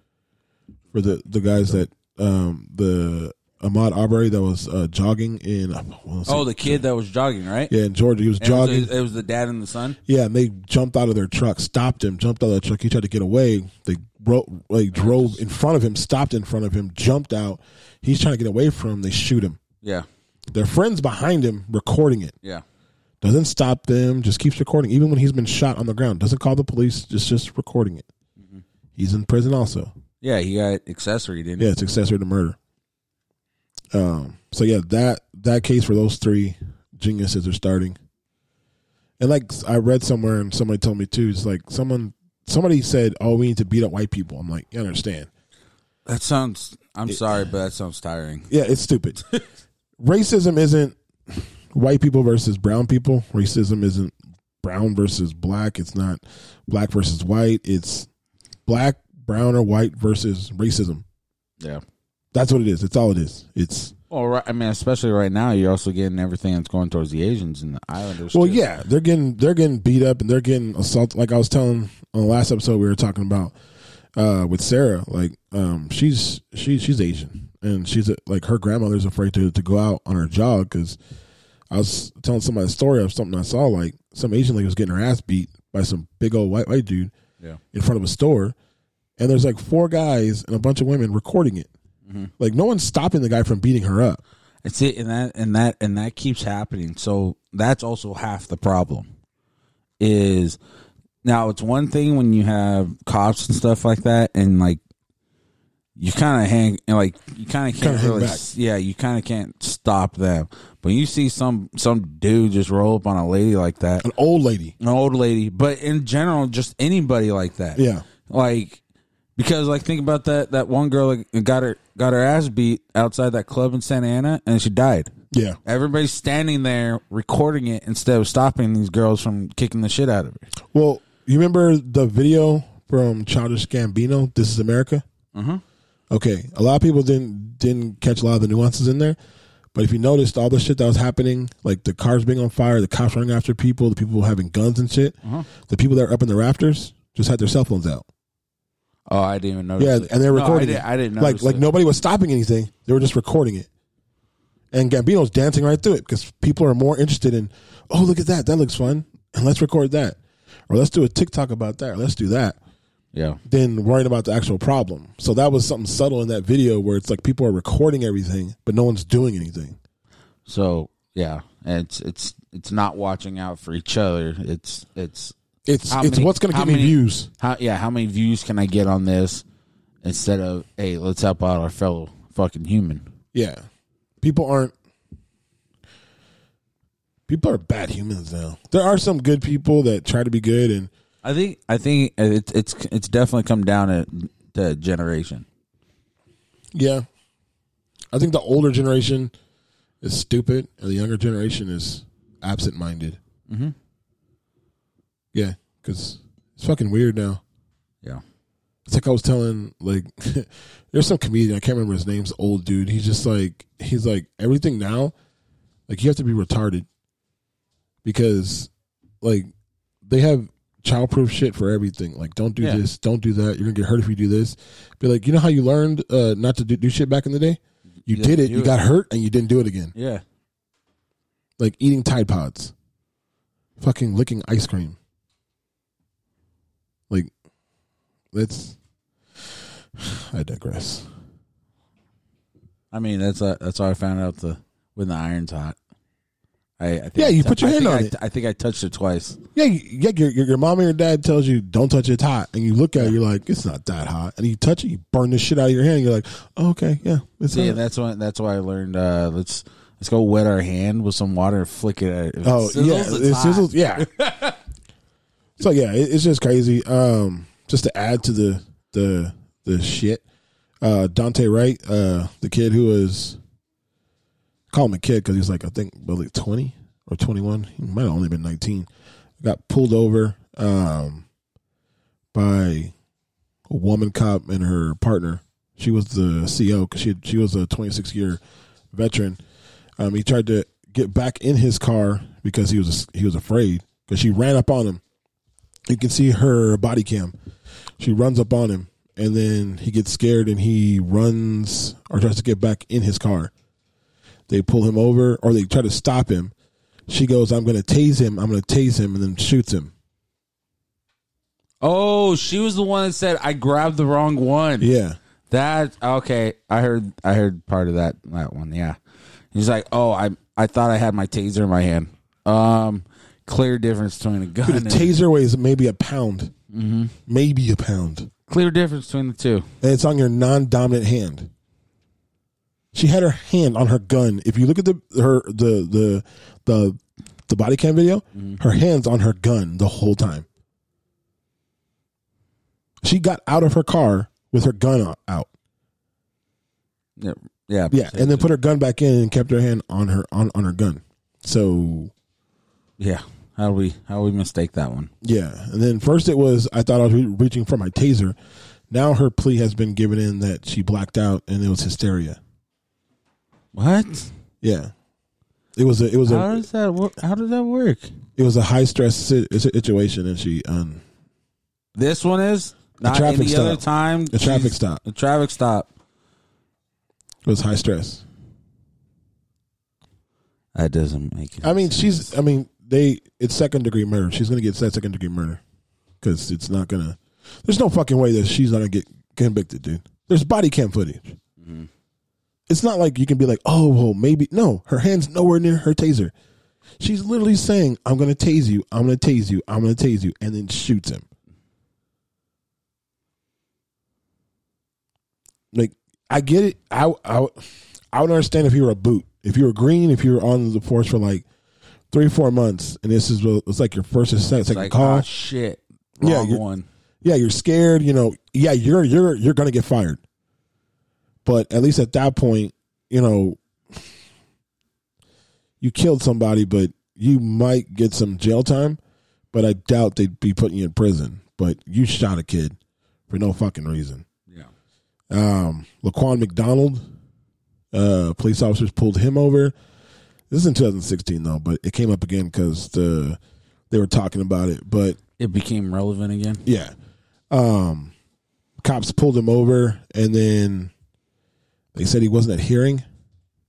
for the the guys that um, the Ahmad Aubrey that was uh, jogging in. I wanna say- Oh, the kid that was jogging, right? yeah, in Georgia, he was And it was- jogging. It was the dad and the son. Yeah, and they jumped out of their truck, stopped him, jumped out of the truck. He tried to get away. They ro- like drove in front of him, stopped in front of him, jumped out. He's trying to get away from him. They shoot him. Yeah, Their friends behind him recording it. yeah. Doesn't stop them, just keeps recording. Even when he's been shot on the ground, doesn't call the police, just just recording it. He's in prison also. Yeah, he got accessory, didn't Yeah, it's accessory to murder. Um. So yeah, that that case for those three geniuses are starting. And like I read somewhere, and somebody told me too, it's like someone somebody said, "Oh, we need to beat up white people." I'm like, you understand? he? That sounds. I'm sorry, but that sounds tiring. Yeah, it's stupid. Racism isn't white people versus brown people. Racism isn't brown versus black. It's not black versus white. It's black, brown, or white versus racism. Yeah. That's what it is. It's all it is. It's Well, right, I mean, especially right now, you're also getting everything that's going towards the Asians and the Islanders. Well, too. yeah, they're getting they're getting beat up and they're getting assaulted. Like I was telling on the last episode, we were talking about uh, with Sarah. Like um, she's she she's Asian and she's uh like her grandmother's afraid to to go out on her jog because I was telling somebody a story of something I saw. Like some Asian lady was getting her ass beat by some big old white white dude Yeah. in front of a store, and there's like four guys and a bunch of women recording it. Like no one's stopping the guy from beating her up. And see, and that and that and that keeps happening. So that's also half the problem. Is now it's one thing when you have cops and stuff like that, and like you kind of hang, and like you kind of Kinda can't hang really, back. s- yeah, you kind of can't stop them. But you see some some dude just roll up on a lady like that, An old lady. an old lady, but in general, just anybody like that, Yeah. like because like think about that that one girl that got her got her ass beat outside that club in Santa Ana, and she died. Yeah. Everybody's standing there recording it instead of stopping these girls from kicking the shit out of her. Well, you remember the video from Childish Gambino, "This Is America." Mm-hmm. Okay, a lot of people didn't didn't catch a lot of the nuances in there, but if you noticed all the shit that was happening, like the cars being on fire, the cops running after people, the people having guns and shit, the people that are up in the rafters just had their cell phones out. Oh, I didn't even notice. Yeah, it. and they're No, recording. I, it. didn't, I didn't like notice like it. nobody was stopping anything. They were just recording it. And Gambino's dancing right through it because people are more interested in, oh look at that, that looks fun, and let's record that, or let's do a TikTok about that, or let's do that, Yeah, than worrying about the actual problem. So that was something subtle in that video where it's like people are recording everything, but no one's doing anything. so yeah, and it's it's it's not watching out for each other. It's it's It's How it's many- what's going to how give me many- views. how yeah how many views can I get on this instead of hey let's help out our fellow fucking human. Yeah, people aren't. People are bad humans now. There are some good people that try to be good and I think I think it's it's it's definitely come down to, to generation. Yeah. I think the older generation is stupid and the younger generation is absent minded. Mm-hmm. Yeah, because it's fucking weird now. Yeah. It's like I was telling, like, there's some comedian, I can't remember his name's old dude. He's just like, he's like, everything now, like, you have to be retarded because, like, they have childproof shit for everything. Like, don't do Yeah. this, don't do that. You're going to get hurt if you do this. Be like, you know how you learned uh, not to do, do shit back in the day? You You, did didn't it, do you it. got hurt, and you didn't do it again. Yeah. Like, eating Tide Pods, fucking licking ice cream. Like, that's. I digress. I mean, that's uh, that's how I found out the when the iron's hot. I, I think Yeah, I you tou- put your I hand think on I, it. I think I touched it twice. Yeah, you- yeah. Your, your, your mom or your dad tells you don't touch it. It's hot, and you look at it, you're like, it's not that hot. And you touch it, you burn the shit out of your hand. And you're like, oh, okay, yeah, it's See, hot. and that's when that's why I learned. Uh, let's let's go wet our hand with some water and flick it. At it. If it oh sizzles, yeah, it's it hot. sizzles. Yeah. so yeah, it, it's just crazy. Um, just to add to the the the shit, uh, Dante Wright, uh, the kid who was call him a kid because he's like I think well, like twenty or twenty one. He might have only been nineteen. Got pulled over um, by a woman cop and her partner. She was the CO because she had, she was a twenty six year veteran. Um, he tried to get back in his car because he was he was afraid because she ran up on him. You can see her body cam. She runs up on him, and then he gets scared and he runs or tries to get back in his car. They pull him over or they try to stop him. She goes, "I'm going to tase him. I'm going to tase him," and then shoots him. Oh, she was the one that said I grabbed the wrong one. Yeah, That okay. I heard I heard part of that that one. Yeah, he's like, oh, I I thought I had my taser in my hand. Um, clear difference between a gun. the and- taser weighs maybe a pound, maybe a pound, clear difference between the two. and it's on your non-dominant hand. She had her hand on her gun. If you look at the her the the the the body cam video, her hands on her gun the whole time. She got out of her car with her gun o- out. Yeah, yeah, Yeah, and then put her gun back in and kept her hand on her on, on her gun. So yeah. How do we how do we mistake that one? Yeah, and then first it was I thought I was re- reaching for my taser. Now her plea has been given in that she blacked out and it was hysteria. What? Yeah, it was a it was How a does that work? How does that work? it was a high stress si- situation, and she um This one is not traffic any other stop. time. The traffic She's- stop. The traffic stop. it was high stress. That doesn't make it. I mean, she's. I mean, they. It's second degree murder. She's gonna get set second degree murder because it's not gonna. There's no fucking way that she's not gonna get convicted, dude. There's body cam footage. It's not like you can be like, oh, well, maybe. No, her hand's nowhere near her taser. She's literally saying, "I'm gonna tase you. I'm gonna tase you. I'm gonna tase you," and then shoots him. Like, I get it. I I I would understand if you were a boot, if you were green, if you were on the force for like three, four months, and this is what- it's like your first or second, It's second like, call. oh, shit. Yeah, Wrong you're- one. yeah, you're scared. You know, yeah, you're you're you're gonna get fired. But at least at that point, you know, you killed somebody, but you might get some jail time. But I doubt they'd be putting you in prison. But you shot a kid for no fucking reason. Yeah. Um, Laquan McDonald, uh, police officers pulled him over. This is in 2016 though, but it came up again because the they were talking about it. But It became relevant again. yeah. Um cops pulled him over and then they said he wasn't adhering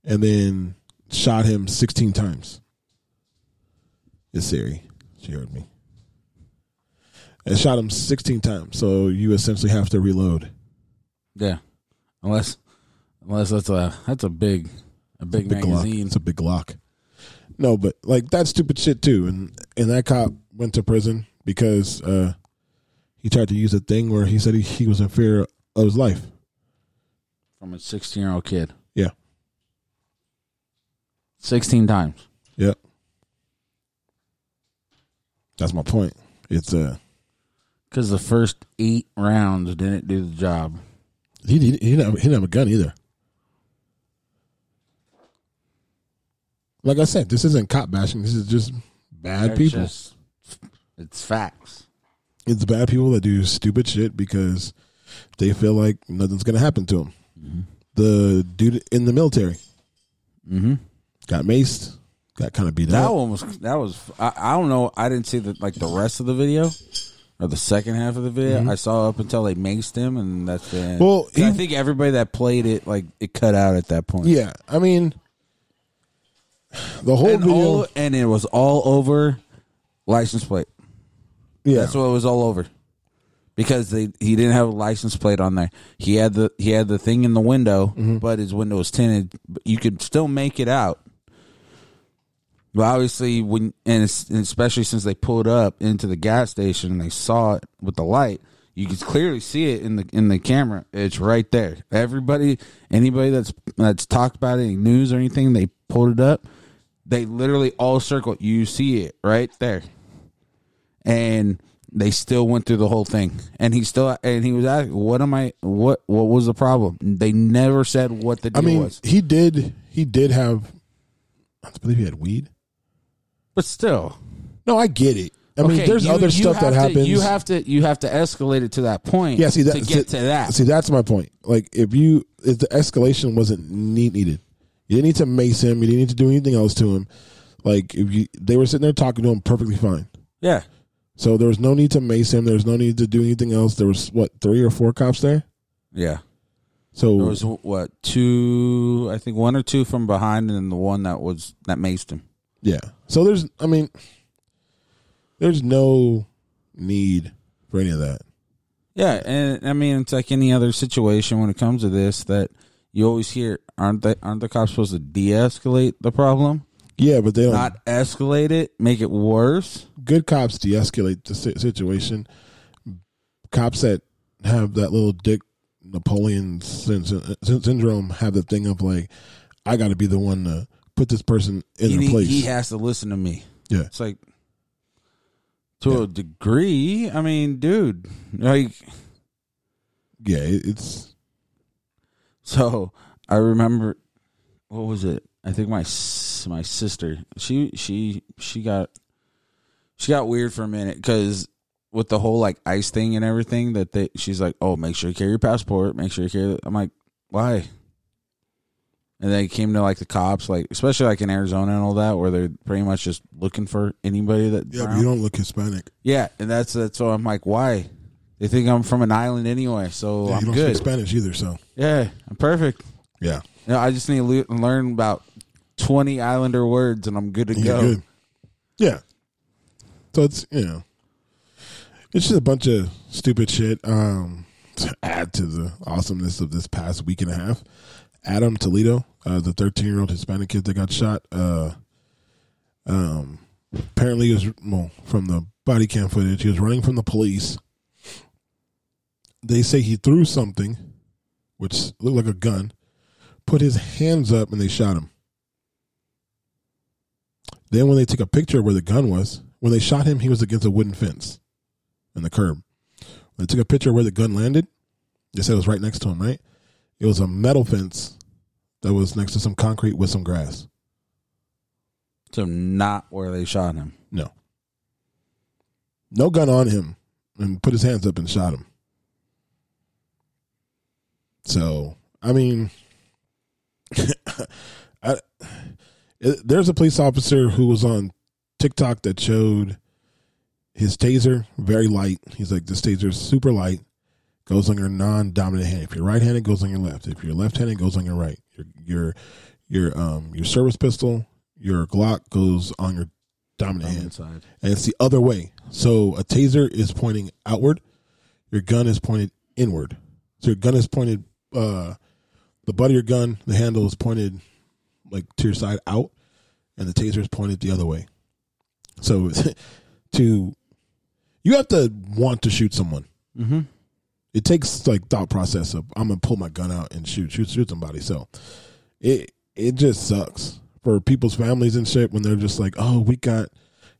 and then shot him 16 times. It's Siri. She heard me. And shot him 16 times. So you essentially have to reload. Yeah. Unless unless that's a that's a big a big, Big Glock. magazine. It's a big Glock. No, but like that stupid shit too. And and that cop went to prison because uh he tried to use a thing where he said he, he was in fear of his life. from a 16 year old kid Yeah. 16 times Yep. That's my point. It's uh because the first eight rounds didn't do the job he he, he, didn't have, he didn't have a gun either. Like I said, this isn't cop bashing. This is just bad They're people. just- it's facts it's bad people that do stupid shit because they feel like nothing's gonna happen to them. The dude in the military mm-hmm. got maced, got kind of beat that up. one was that was I, I don't know i didn't see the like the rest of the video or the second half of the video i saw up until they maced him and that's the end. Mm-hmm. Well, 'Cause i he- think everybody that played it like it cut out at that point Yeah, I mean, the whole and, video. all, and it was all over license plate yeah, That's what it was all over. Because they he didn't have a license plate on there. He had the he had the thing in the window, but his window was tinted. But You could still make it out. But obviously, when and, it's, and especially since they pulled up into the gas station and they saw it with the light, you could clearly see it in the in the camera. It's right there. Everybody, anybody that's that's talked about any news or anything, they pulled it up. They literally all circled. You see it right there and they still went through the whole thing and he still and he was asking what am i what what was the problem they never said what the deal I mean, was he did. He did have. I believe he had weed. but still No, I get it. I mean, there's other stuff that have to- happens. you have to you have to escalate it to that point yeah, see that, to get see- to that See, that's my point. Like, if you if the escalation wasn't need, needed, you didn't need to mace him. You didn't need to do anything else to him. Like, if you they were sitting there talking to him perfectly fine. yeah So there was no need to mace him. There was no need to do anything else. There was what three or four cops there. yeah So there was what two i think one or two from behind and then the one that was that maced him Yeah. So there's, I mean, there's no need for any of that. Yeah, and I mean it's like any other situation when it comes to this that you always hear aren't they aren't the cops supposed to de-escalate the problem, Yeah, but they don't. not escalate it, make it worse? good cops de-escalate the si- situation. Cops that have that little dick Napoleon syn- syn- syn- syndrome have the thing of like, I got to be the one to put this person in He, their need- place. he has to listen to me. yeah. It's like to a degree. I mean, dude, like Yeah. it- It's So I remember, what was it? I think my s- my sister she she she got she got weird for a minute because with the whole like ice thing and everything that they she's like, oh, make sure you carry your passport, make sure you carry. I'm like, why? And they came to like the cops, like especially like in Arizona and all that, where they're pretty much just looking for anybody that brown. don't look Hispanic. yeah, and that's that's so I'm like, why? They think I'm from an island anyway, so I'm good. Spanish either. So Yeah, I'm perfect. yeah. No, I just need to le- learn about twenty Islander words, and I'm good to You're go. good. Yeah. So it's you know, it's just a bunch of stupid shit. Um, to add to the awesomeness of this past week and a half, Adam Toledo, uh, the 13 year old Hispanic kid that got shot, uh, um, apparently he was well from the body cam footage. He was running from the police. They say he threw something, which looked like a gun. Put his hands up and they shot him. Then when they took a picture of where the gun was, when they shot him, he was against a wooden fence and the curb. When they took a picture of where the gun landed, they said it was right next to him, right? It was a metal fence that was next to some concrete with some grass. So not where they shot him. No. No gun on him and put his hands up and shot him. So, I mean, I, it- Uh, there's a police officer who was on TikTok that showed his taser very light. He's like, this taser is super light, goes on your non dominant hand. If you're right handed, goes on your left. If you're left handed, goes on your right. Your, your, your, um, your service pistol, your Glock goes on your dominant hand Inside. and it's the other way. So a taser is pointing outward, your gun is pointed inward. So your gun is pointed, uh, the butt of your gun, the handle is pointed like to your side out, and the taser is pointed the other way. So to you have to want to shoot someone. Mm-hmm. It takes like thought process of I'm gonna pull my gun out and shoot, shoot, shoot somebody. So it it just sucks for people's families and shit when they're just like, oh, we got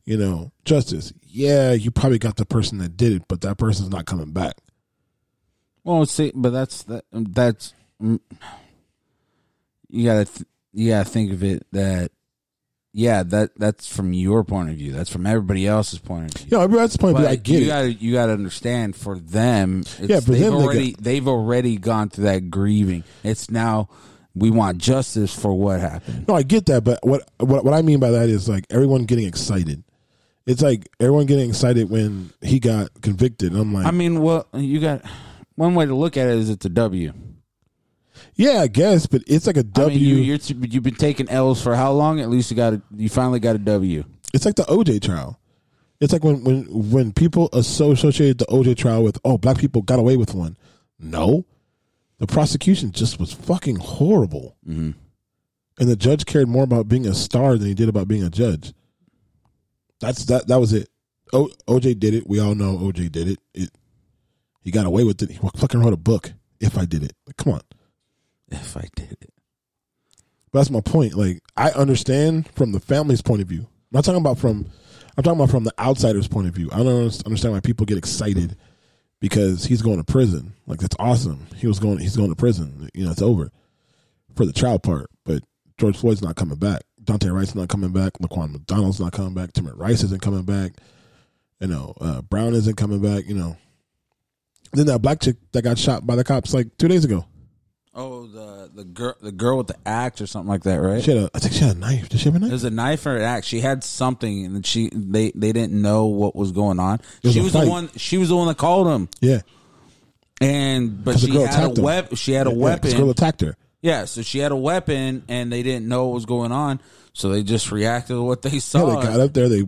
you know, justice. Yeah, you probably got the person that did it, but that person's not coming back. Well, see, but that's that, that's mm, you gotta th- you gotta think of it that yeah that that's from your point of view. That's from everybody else's point of view. You know, that's the point. But I get you it. gotta you gotta understand for them. It's, Yeah, for they've them, they already they have already gone through that grieving. It's now we want justice for what happened. no, I get that, but what, what what I mean by that is like everyone getting excited. It's like everyone getting excited when he got convicted. And I'm like, I mean, well, you got one way to look at it is it's a W. yeah, I guess, but it's like a I W. mean, you, you're t- you've been taking L's for how long? At least you got a, you finally got a W. it's like the OJ trial. It's like when when when people asso- associated the OJ trial with oh black people got away with one. No, the prosecution just was fucking horrible, and the judge cared more about being a star than he did about being a judge. That's that that was it. O, OJ did it. We all know OJ did it. It he got away with it. He fucking wrote a book. If I did it, Like, come on. If I did it. But that's my point. Like I understand from the family's point of view. I'm not talking about from. I'm talking about from the outsider's point of view. I don't underst- understand why people get excited because he's going to prison. Like that's awesome. He was going. He's going to prison. You know, it's over for the trial part. But George Floyd's not coming back. Dante Wright's not coming back. Laquan McDonald's not coming back. Timmy Rice isn't coming back. You know, uh, Brown isn't coming back. You know. Then that black chick that got shot by the cops like two days ago. Oh, the the girl the girl with the axe or something like that, right? She had a, I think she had a knife. Did she have a knife? There's a knife or an axe. She had something, and she they they didn't know what was going on. was she a was fight. the one. She was the one that called him, Yeah. and but 'Cause the she girl had attacked a him. weapon. She had a Yeah, 'cause weapon. girl attacked her. yeah, so she had a weapon, and they didn't know what was going on, so they just reacted to what they Yeah, saw. they got up there. They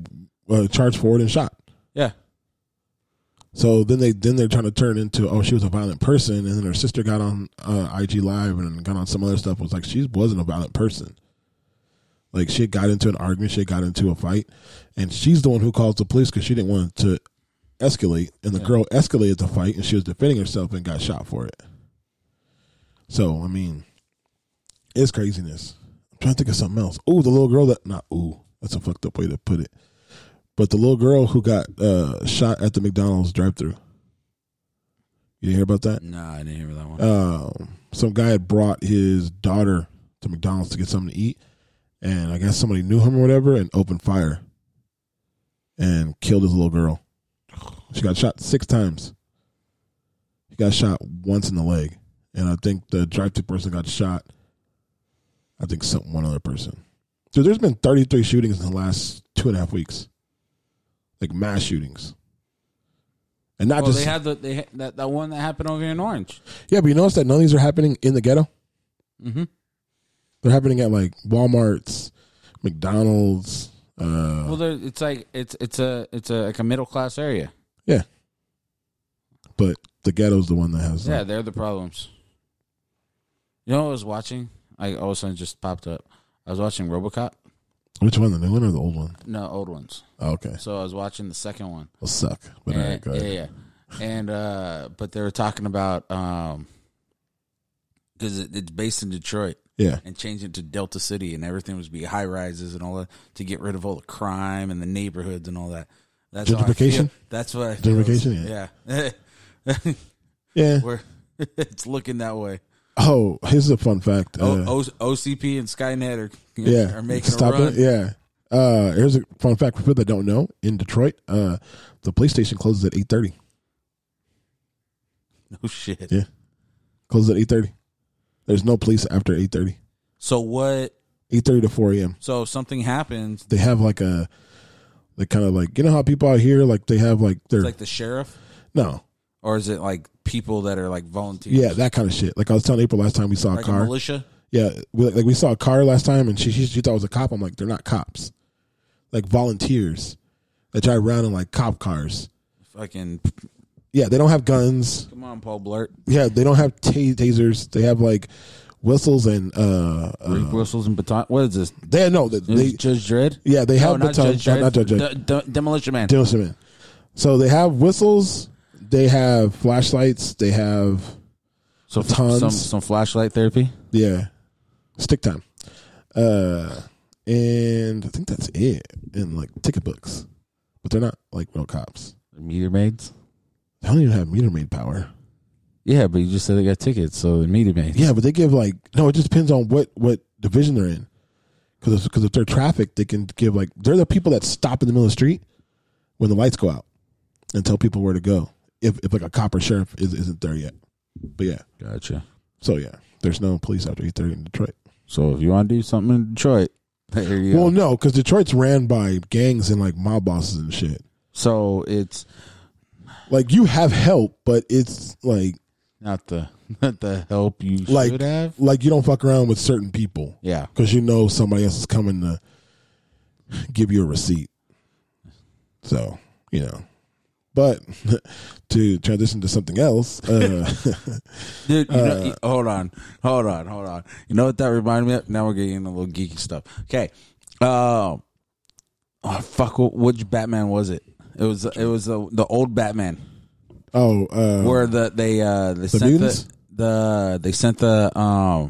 uh, charged forward and shot. Yeah. So then they then they're trying to turn into oh she was a violent person, and then her sister got on uh, IG live and got on some other stuff. Was like she wasn't a violent person. Like she got into an argument, she got into a fight, and she's the one who calls the police because she didn't want it to escalate. And the girl escalated the fight, and she was defending herself and got shot for it. So I mean, it's craziness. I'm trying to think of something else. Ooh, the little girl that not ooh, that's a fucked up way to put it. But the little girl who got uh, shot at the McDonald's drive-through. You didn't hear about that? No, I didn't hear that one. Um, some guy had brought his daughter to McDonald's to get something to eat, and I guess somebody knew him or whatever, and opened fire and killed his little girl. She got shot six times. He got shot once in the leg, and I think the drive-through person got shot. I think some one other person. So there's been 33 shootings in the last two and a half weeks, like mass shootings, and not well, just they had the they had that, that one that happened over here in Orange. Mm-hmm. yeah, but you notice that none of these are happening in the ghetto. They're happening at like Walmart's, McDonald's. Uh, Well, there, it's like it's it's a it's a, like a middle class area. yeah. But the ghetto's the one that has. Yeah, Yeah. they're the problems. You know what I was watching? I all of a sudden just popped up. I was watching RoboCop. Which one, the new one or the old one? No, old ones. Oh, okay, So I was watching the second one. will suck. But all right, And, go ahead. yeah, yeah. And uh, but they were talking about um, because it, it's based in Detroit yeah. and changed it to Delta City, and everything was be high rises and all that to get rid of all the crime and the neighborhoods and all that. That's how I feel. Gentrification? That's what I feel. Gentrification, Yeah. Yeah. We're, it's looking that way. Oh, here's a fun fact. O- Uh, O- OCP and Skynet are yeah, are Oh, making stop a run. it. Yeah. Uh, here's a fun fact for people that don't know. In Detroit, uh, the PlayStation closes at eight thirty. No shit. Yeah. Closes at eight thirty. There's no police after eight thirty. So what? Eight thirty to four a.m. So if something happens, They have like a, they kind of like you know how people out here like they have like their it's like the sheriff, no or is it like people that are like volunteers? yeah that kind of shit. Like I was telling April last time we saw a like a car. militia. yeah, we, like we saw a car last time, and she, she she thought it was a cop. I'm like, they're not cops. Like volunteers that drive around in like cop cars. Fucking Yeah, they don't have guns. come on, Paul Blart. Yeah, they don't have ta- tasers. They have like whistles and uh, uh whistles and baton. What is this? they no they, Is they this Judge Dredd? yeah they have no, not batons. Judge Dredd. Not, not Judge Dredd. D- D- Demolition Man. Demolition Man. So they have whistles. They have flashlights. They have so f- batons. some some flashlight therapy. yeah, stick time. Uh, and I think that's it. And like ticket books, but they're not like real cops. Meter maids. They don't even have meter maid power. Yeah, but you just said they got tickets, so the meter maids. Yeah, but they give like no. It just depends on what what division they're in. Because because if they're traffic, they can give like they're the people that stop in the middle of the street when the lights go out and tell people where to go. If if like a cop or sheriff is, isn't there yet, but yeah. Gotcha. So yeah, there's no police after eight thirty in Detroit. So if you want to do something in Detroit, there you Well, go. no, because Detroit's ran by gangs and like mob bosses and shit. So it's Like you have help, but it's like not the not the help you Like- uh, should have. like you don't fuck around with certain people Yeah. because you know somebody else is coming to give you a receipt. So you know, but to transition to something else, uh, Dude, you know, you- hold on, hold on, hold on. You know what that reminded me of? Now we're getting into a little geeky stuff. Okay. Um. oh fuck! wh- Which Batman was it? It was it was the the old Batman oh, uh, where the they uh they sent mutants? the the they sent the um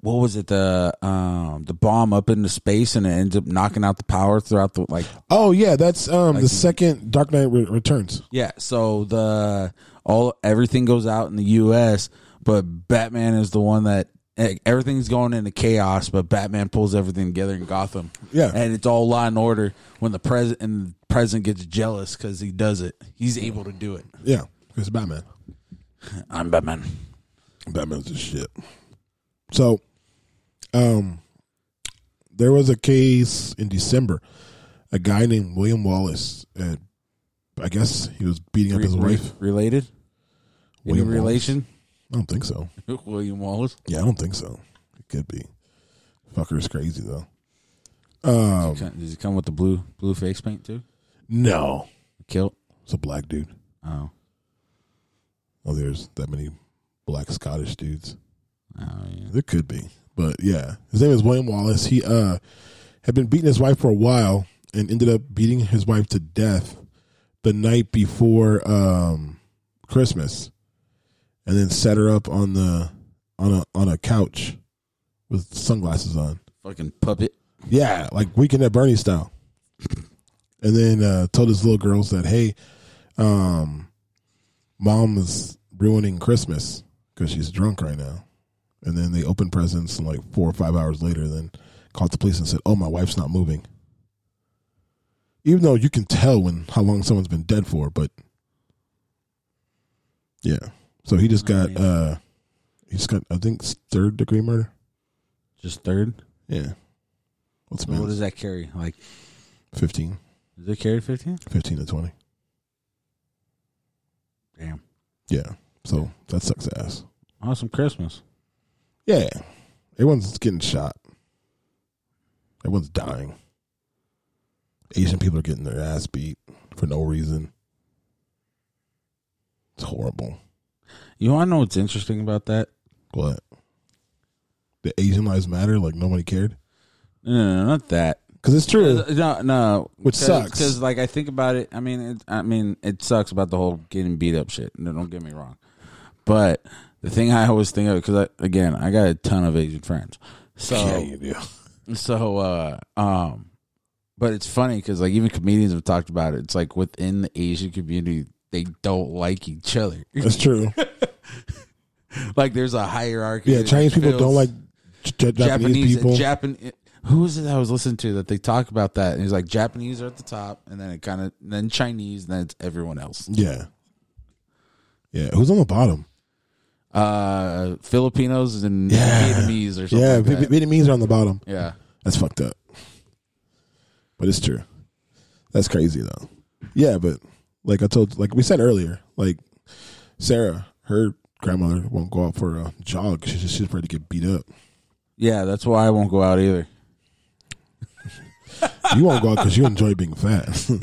what was it the um the bomb up into space and it ends up knocking out the power throughout the like oh yeah, that's um the second Dark Knight Re- Returns. Yeah, so the all everything goes out in the U.S., but Batman is the one that eh, everything's going into chaos, but Batman pulls everything together in Gotham. Yeah. and it's all law and order. When the president and the president gets jealous because he does it, he's able to do it. Yeah, it's Batman. I'm Batman. Batman's a shit. So, um, there was a case in December. A guy named William Wallace, uh, I guess he was beating up his wife. related? William Any Wallace. relation? I don't think so. William Wallace. Yeah, I don't think so. It could be. Fucker's crazy though. Um, Does he come with the blue blue face paint too? No, Kilt. it's a black dude. Oh, Oh, there's that many black Scottish dudes. oh yeah. There could be, but yeah, his name is William Wallace. He uh had been beating his wife for a while and ended up beating his wife to death the night before um Christmas, and then set her up on the on a on a couch with sunglasses on. Fucking puppet. Yeah, like Weekend at Bernie style. And then uh, told his little girls that, hey, um, mom is ruining Christmas because she's drunk right now. And then they opened presents, and like four or five hours later, then called the police and said, oh, my wife's not moving. Even though you can tell when how long someone's been dead for, but yeah. So he just got, uh, he just got, I think, third degree murder. Just third. Yeah. What's So what does that carry? Like, 15. does it carry fifteen? 15 to 20. Damn. Yeah. So that sucks ass. Awesome Christmas. Yeah. Everyone's getting shot. Everyone's dying. Asian people are getting their ass beat for no reason. It's horrible. You want to know what's interesting about that? What? The Asian lives matter. Like nobody cared No, no, no, not that. Uh, because it's true. No, no, Which sucks. Because, like, I think about it. I mean, it, I mean, it sucks about the whole getting beat up shit. No, don't get me wrong. But the thing I always think of, because again, I got a ton of Asian friends. So do. So, uh, um, but it's funny because like even comedians have talked about it. It's like within the Asian community, they don't like each other. That's true. like there's a hierarchy. Yeah, that Chinese people feels- don't like J- Japanese, Japanese uh, people. Japan. uh, Who is it I was listening to that they talk about that? And he's like Japanese are at the top, and then it kind of then Chinese, and then it's everyone else. yeah, yeah. Who's on the bottom? Uh, Filipinos and Yeah. Vietnamese or something. yeah, like Vi- that. Vi- Vietnamese are on the bottom. yeah. That's fucked up. But it's true. That's crazy though. Yeah, but like I told like we said earlier, like Sarah, her grandmother won't go out for a jog. She's just she's afraid to get beat up. Yeah, that's why I won't go out either. You won't go out because you enjoy being fat.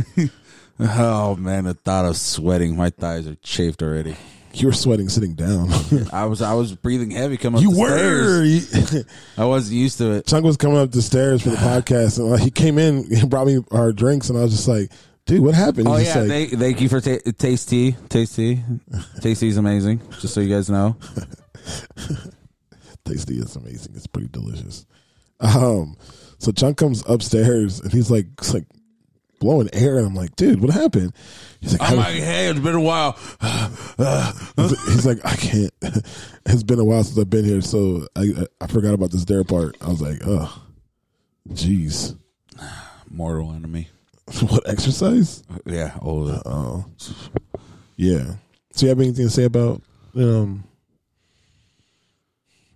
Oh man, the thought of sweating, my thighs are chafed already. you were sweating sitting down. I was I was breathing heavy coming up you the were. stairs. You- I wasn't used to it. Chunk was coming up the stairs for the podcast, and like, he came in and brought me our drinks, and I was just like, "Dude, what happened?" Oh He's yeah, just like, they- thank you for ta- tasty, tasty, tasty is amazing. Just so you guys know, tasty. It's amazing. It's pretty delicious. Um, so Chunk comes upstairs and he's like, it's like blowing air, and I'm like, dude, what happened? He's like, I'm "I- like, hey, it's been a while. he's like, I can't. it's been a while since I've been here, so I I forgot about this dare part. I was like, oh, jeez, Mortal enemy. what exercise? Yeah, all of it. Oh, yeah. So you have anything to say about um?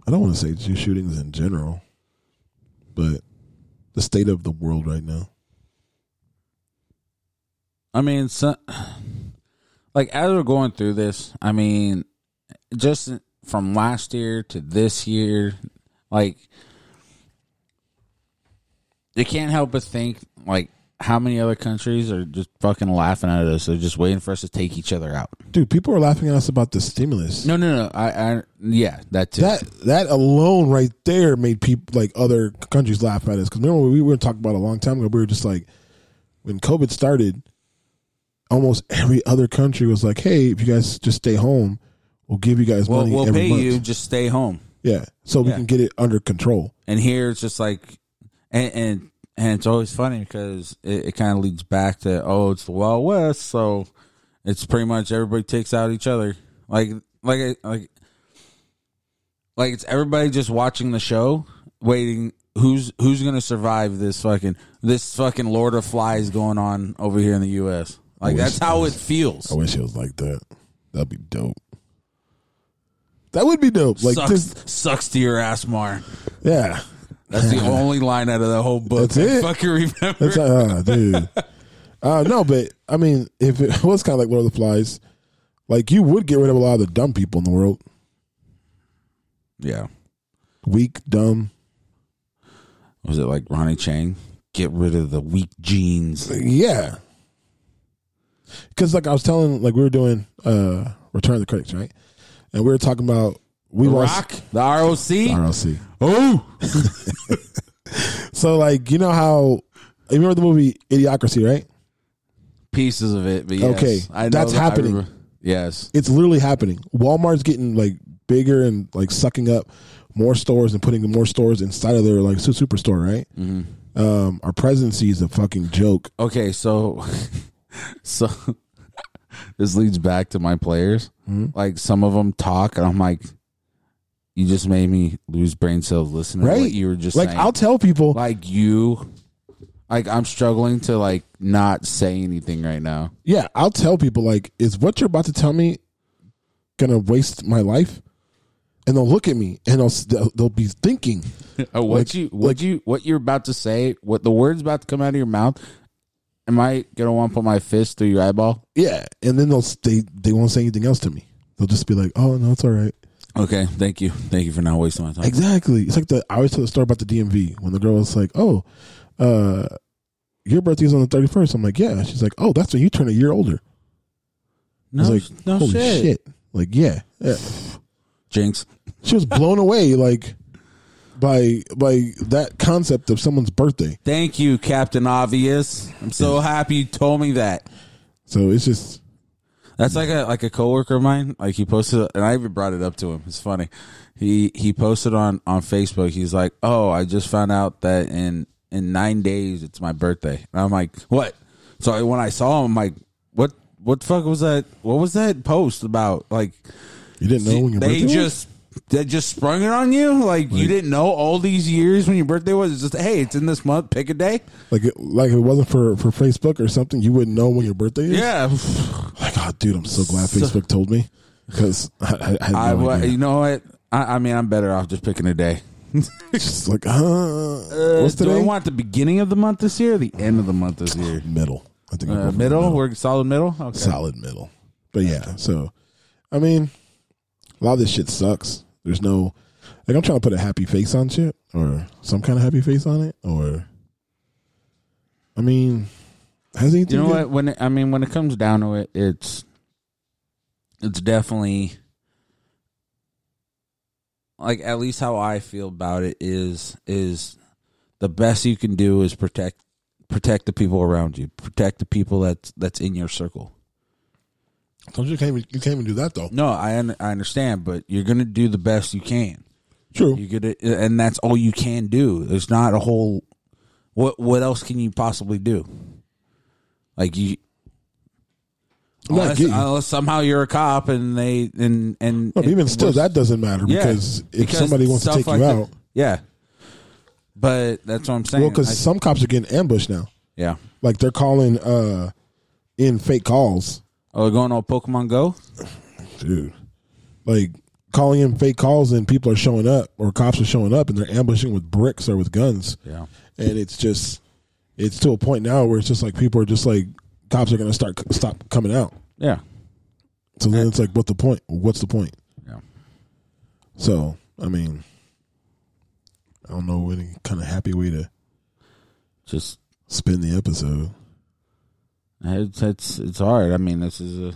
I don't want to say shoot- shootings in general, but the state of the world right now. I mean, so, like as we're going through this, I mean, just from last year to this year, like they can't help but think like how many other countries are just fucking laughing at us. They're just waiting for us to take each other out. Dude, people are laughing at us about the stimulus. No, no, no. I, I yeah, that too. That that alone right there made people like other countries laugh at us because remember we were talking about a long time ago. We were just like, when COVID started, almost every other country was like, "Hey, if you guys just stay home, we'll give you guys well, money we'll every pay month." you. Just stay home. Yeah, so we Yeah. can get it under control. and here it's just like and and, and it's always funny because it, it kind of leads back to oh it's the wild west so it's pretty much everybody takes out each other like like like like it's everybody just watching the show waiting who's who's gonna survive this fucking this fucking lord of flies going on over here in the us like wish- that's how it feels I wish it was like that. That'd be dope. That would be dope. Like sucks this, sucks to your ass mar yeah. that's the only line out of the whole book That's I it. fucking remember That's uh, dude. Uh, no, but I mean, if it was kind of like Lord of the Flies, like you would get rid of a lot of the dumb people in the world. yeah Weak, dumb. was it like Ronnie Chang? Get rid of the weak genes. Yeah. Because like I was telling, like we were doing uh Return of the Critics, right? And we were talking about we The watched Rock, the ROC. RLC. Oh, So like you know how you remember the movie Idiocracy, right? pieces of it, but yes, Okay, I know that's that- I happening. remember- yes, It's literally happening. Walmart's getting like bigger and like sucking up more stores and putting more stores inside of their like su- superstore, right? Mm-hmm. Um, our presidency is a fucking joke. okay, so so this leads back to my players. Hmm? Like some of them talk, and I'm like, you just made me lose brain cells listening to Right? what you were just like saying. I'll tell people like you, like I'm struggling to like not say anything right now. Yeah, I'll tell people like, is what you're about to tell me gonna waste my life? And they'll look at me and they'll they'll, they'll be thinking, Oh, what Like- you what you what you're about to say, what the words about to come out of your mouth, am I gonna want to put my fist through your eyeball? yeah, and then they'll they they won't say anything else to me. They'll just be like, oh no, it's all right. Okay, thank you, thank you for not wasting my time. Exactly. It's like the I always tell the story about the DMV when the girl was like, "Oh, uh, your birthday's on the 31st. I'm like, "Yeah." She's like, "Oh, that's when you turn a year older." I No, was like, no "Holy shit. shit!" Like, yeah, yeah. Jinx. She was blown away, like by by that concept of someone's birthday. Thank you, Captain Obvious. I'm so happy you told me that. So it's just That's like a like a coworker of mine. Like he posted, and I even brought it up to him. It's funny. He he posted on on Facebook. He's like, "Oh, I just found out that in in nine days it's my birthday." And I'm like, "What?" So when I saw him, I'm like, "What? What the fuck was that? What was that post about?" Like you didn't know when your they birthday. was? just they just sprung it on you. Like, you didn't know all these years when your birthday was. It's just hey, it's in this month. Pick a day. like it, like if it wasn't for for Facebook or something, you wouldn't know when your birthday is. Yeah. Like, oh, dude, I'm so glad Facebook told me because I, I, I had no I, wa- idea. you know what? I, I mean, I'm better off just picking a day. It's just like, uh, Uh, what's do I today? want the beginning of the month this year or the end of the month this year? middle. I think I'm Uh, going for the middle? We're solid middle? Okay. solid middle. But yeah, so I mean, a lot of this shit sucks. There's no like I'm trying to put a happy face on shit or some kind of happy face on it or I mean, has anything You know good- what? When it, I mean, when it comes down to it, it's it's definitely like at least how I feel about it is is the best you can do is protect protect the people around you, protect the people that's that's in your circle. Don't you can't even, you can't even do that though. No, I un- I understand, but you're gonna do the best you can. True. You get it, and that's all you can do. There's not a whole. What what else can you possibly do? Like you, No, I unless, get you. unless somehow you're a cop and they and and Well, but even still, was- that doesn't matter yeah, because if because somebody wants to stuff take like you that- out, yeah. But that's what I'm saying. well, because I- some cops are getting ambushed now. yeah, Like they're calling uh in fake calls oh, going on Pokemon Go. dude. Like calling in fake calls and people are showing up or cops are showing up and they're ambushing with bricks or with guns. Yeah. And it's just it's to a point now where it's just like people are just like cops are going to start stop coming out. Yeah, So then it's like what the point? What's the point? yeah. So, I mean I don't know any kind of happy way to Just spin the episode. it's it's it's hard. I mean, this is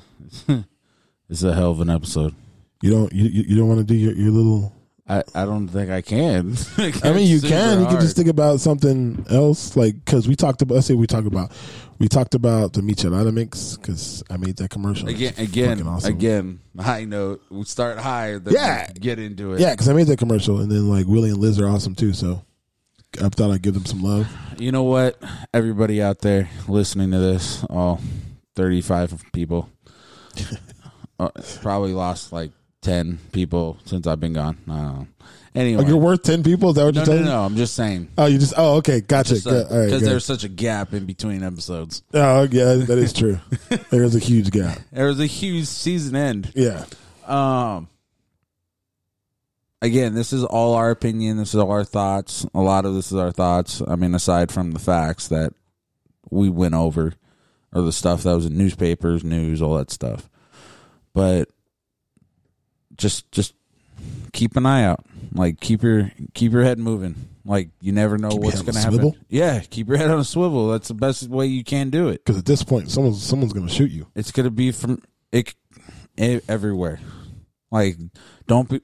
a it's a hell of an episode. You don't you, you you don't want to do your, your little I, I don't think I can. I mean, you It's super can. You can just hard. think about something else, like because we talked about. Let's say we talked about, we talked about the michelada mix because I made that commercial again, It's again, fucking awesome. again. High note. We start higher. Then Yeah. we get into it. Yeah, because I made that commercial, and then like Willie and Liz are awesome too. So I thought I'd give them some love. You know what? Everybody out there listening to this, all thirty-five people, uh, probably lost like ten people since I've been gone. I don't know. Anyway, Like you're worth ten people. Is that what no, you're no, telling no, me? I'm just saying. Oh, you just. Oh, okay, gotcha. Because Good. All right, good. there's such a gap in between episodes. Oh, yeah, that is true. there's a huge gap. There was a huge season end. Yeah, Um. Again, this is all our opinion. This is all our thoughts. A lot of this is our thoughts. I mean, aside from the facts that we went over, or the stuff that was in newspapers, news, all that stuff. But just, just keep an eye out. Like keep your keep your head moving. Like you never know your what's head on a going to happen. swivel? Yeah, keep your head on a swivel. That's the best way you can do it. because at this point, someone's someone's gonna shoot you. It's gonna be from it e- everywhere. Like, don't be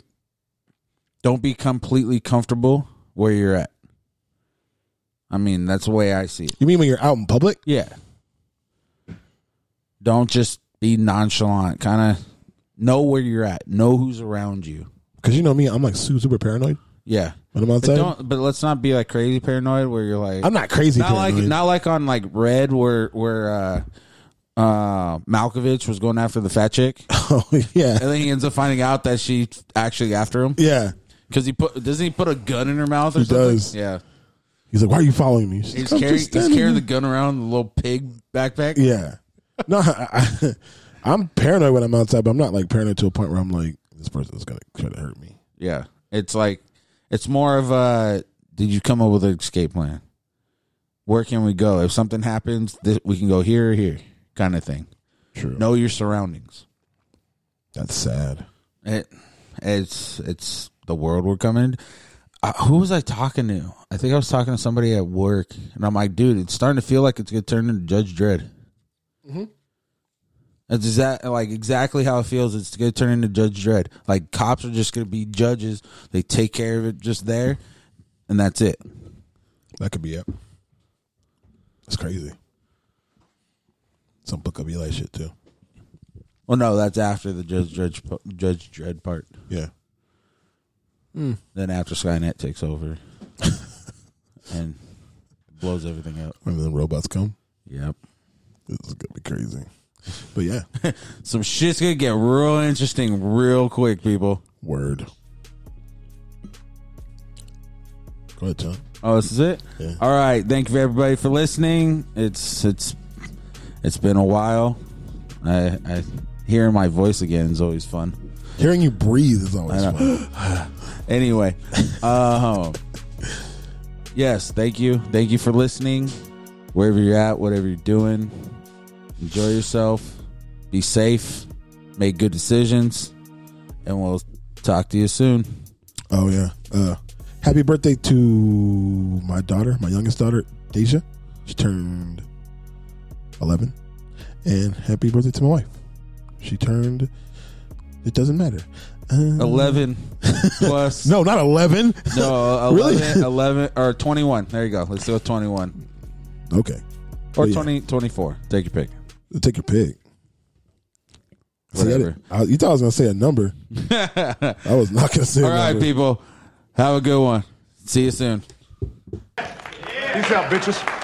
don't be completely comfortable where you're at. I mean, that's the way I see it. You mean when you're out in public? Yeah. Don't just be nonchalant. Kind of know where you're at. Know who's around you. Because you know me, I'm like su- super paranoid Yeah. when I'm outside. But don't. But let's not be like crazy paranoid where you're like I'm not crazy. not paranoid. like not like on like red where where uh uh Malkovich was going after the fat chick. oh yeah. And then he ends up finding out that she actually after him Yeah. because he put doesn't he put a gun in her mouth or He something? does. Yeah, He's like, why are you following me? She's he's like, "I'm carrying just he's standing carrying the here." gun around in a little pig backpack. Yeah. No, I, I, am paranoid when I'm outside, but I'm not like paranoid to a point where I'm like, this person's going to try to hurt me. Yeah, it's like it's more of a did you come up with an escape plan? Where can we go if something happens? This, we can go here or here, kind of thing. True. Know your surroundings. That's sad. It, It's it's the world we're coming. in. Uh, who was I talking to? I think I was talking to somebody at work, and I'm like, dude, it's starting to feel like it's gonna turn into Judge Dredd. That's exact, like exactly how it feels. It's gonna turn into Judge Dredd. Like cops are just gonna be judges. They take care of it just there, and that's it. That could be it. That's crazy. Some book of Eli shit too. Well, no, that's after the Judge Dredd, po- Judge Dredd part. Yeah. Then after Skynet takes over and blows everything up. When the robots come, Yep. this is gonna be crazy. But yeah, Some shit's gonna get real interesting real quick, people. word. Go ahead, John. Oh, this is it. Yeah. All right. Thank you for everybody for listening. It's it's it's been a while. I I hearing my voice again is always fun. Hearing you breathe is always I know. fun. Anyway, uh, yes, thank you, thank you for listening. Wherever you're at, whatever you're doing, enjoy yourself. Be safe. Make good decisions, and we'll talk to you soon. Oh yeah. Uh, happy birthday to my daughter, my youngest daughter, Deja. She turned eleven, and happy birthday to my wife. She turned. It doesn't matter. Uh, Eleven plus No, not eleven. no Really? 11, 11 or twenty one. There you go. Let's do a twenty one Okay, or Yeah. twenty twenty four. 20, 24. Take your pick. take your pick. See, I Whatever. didn't- I- you thought I was gonna say a number. I was not gonna say. All a right, number. people. Have a good one. See you soon. Peace out, bitches.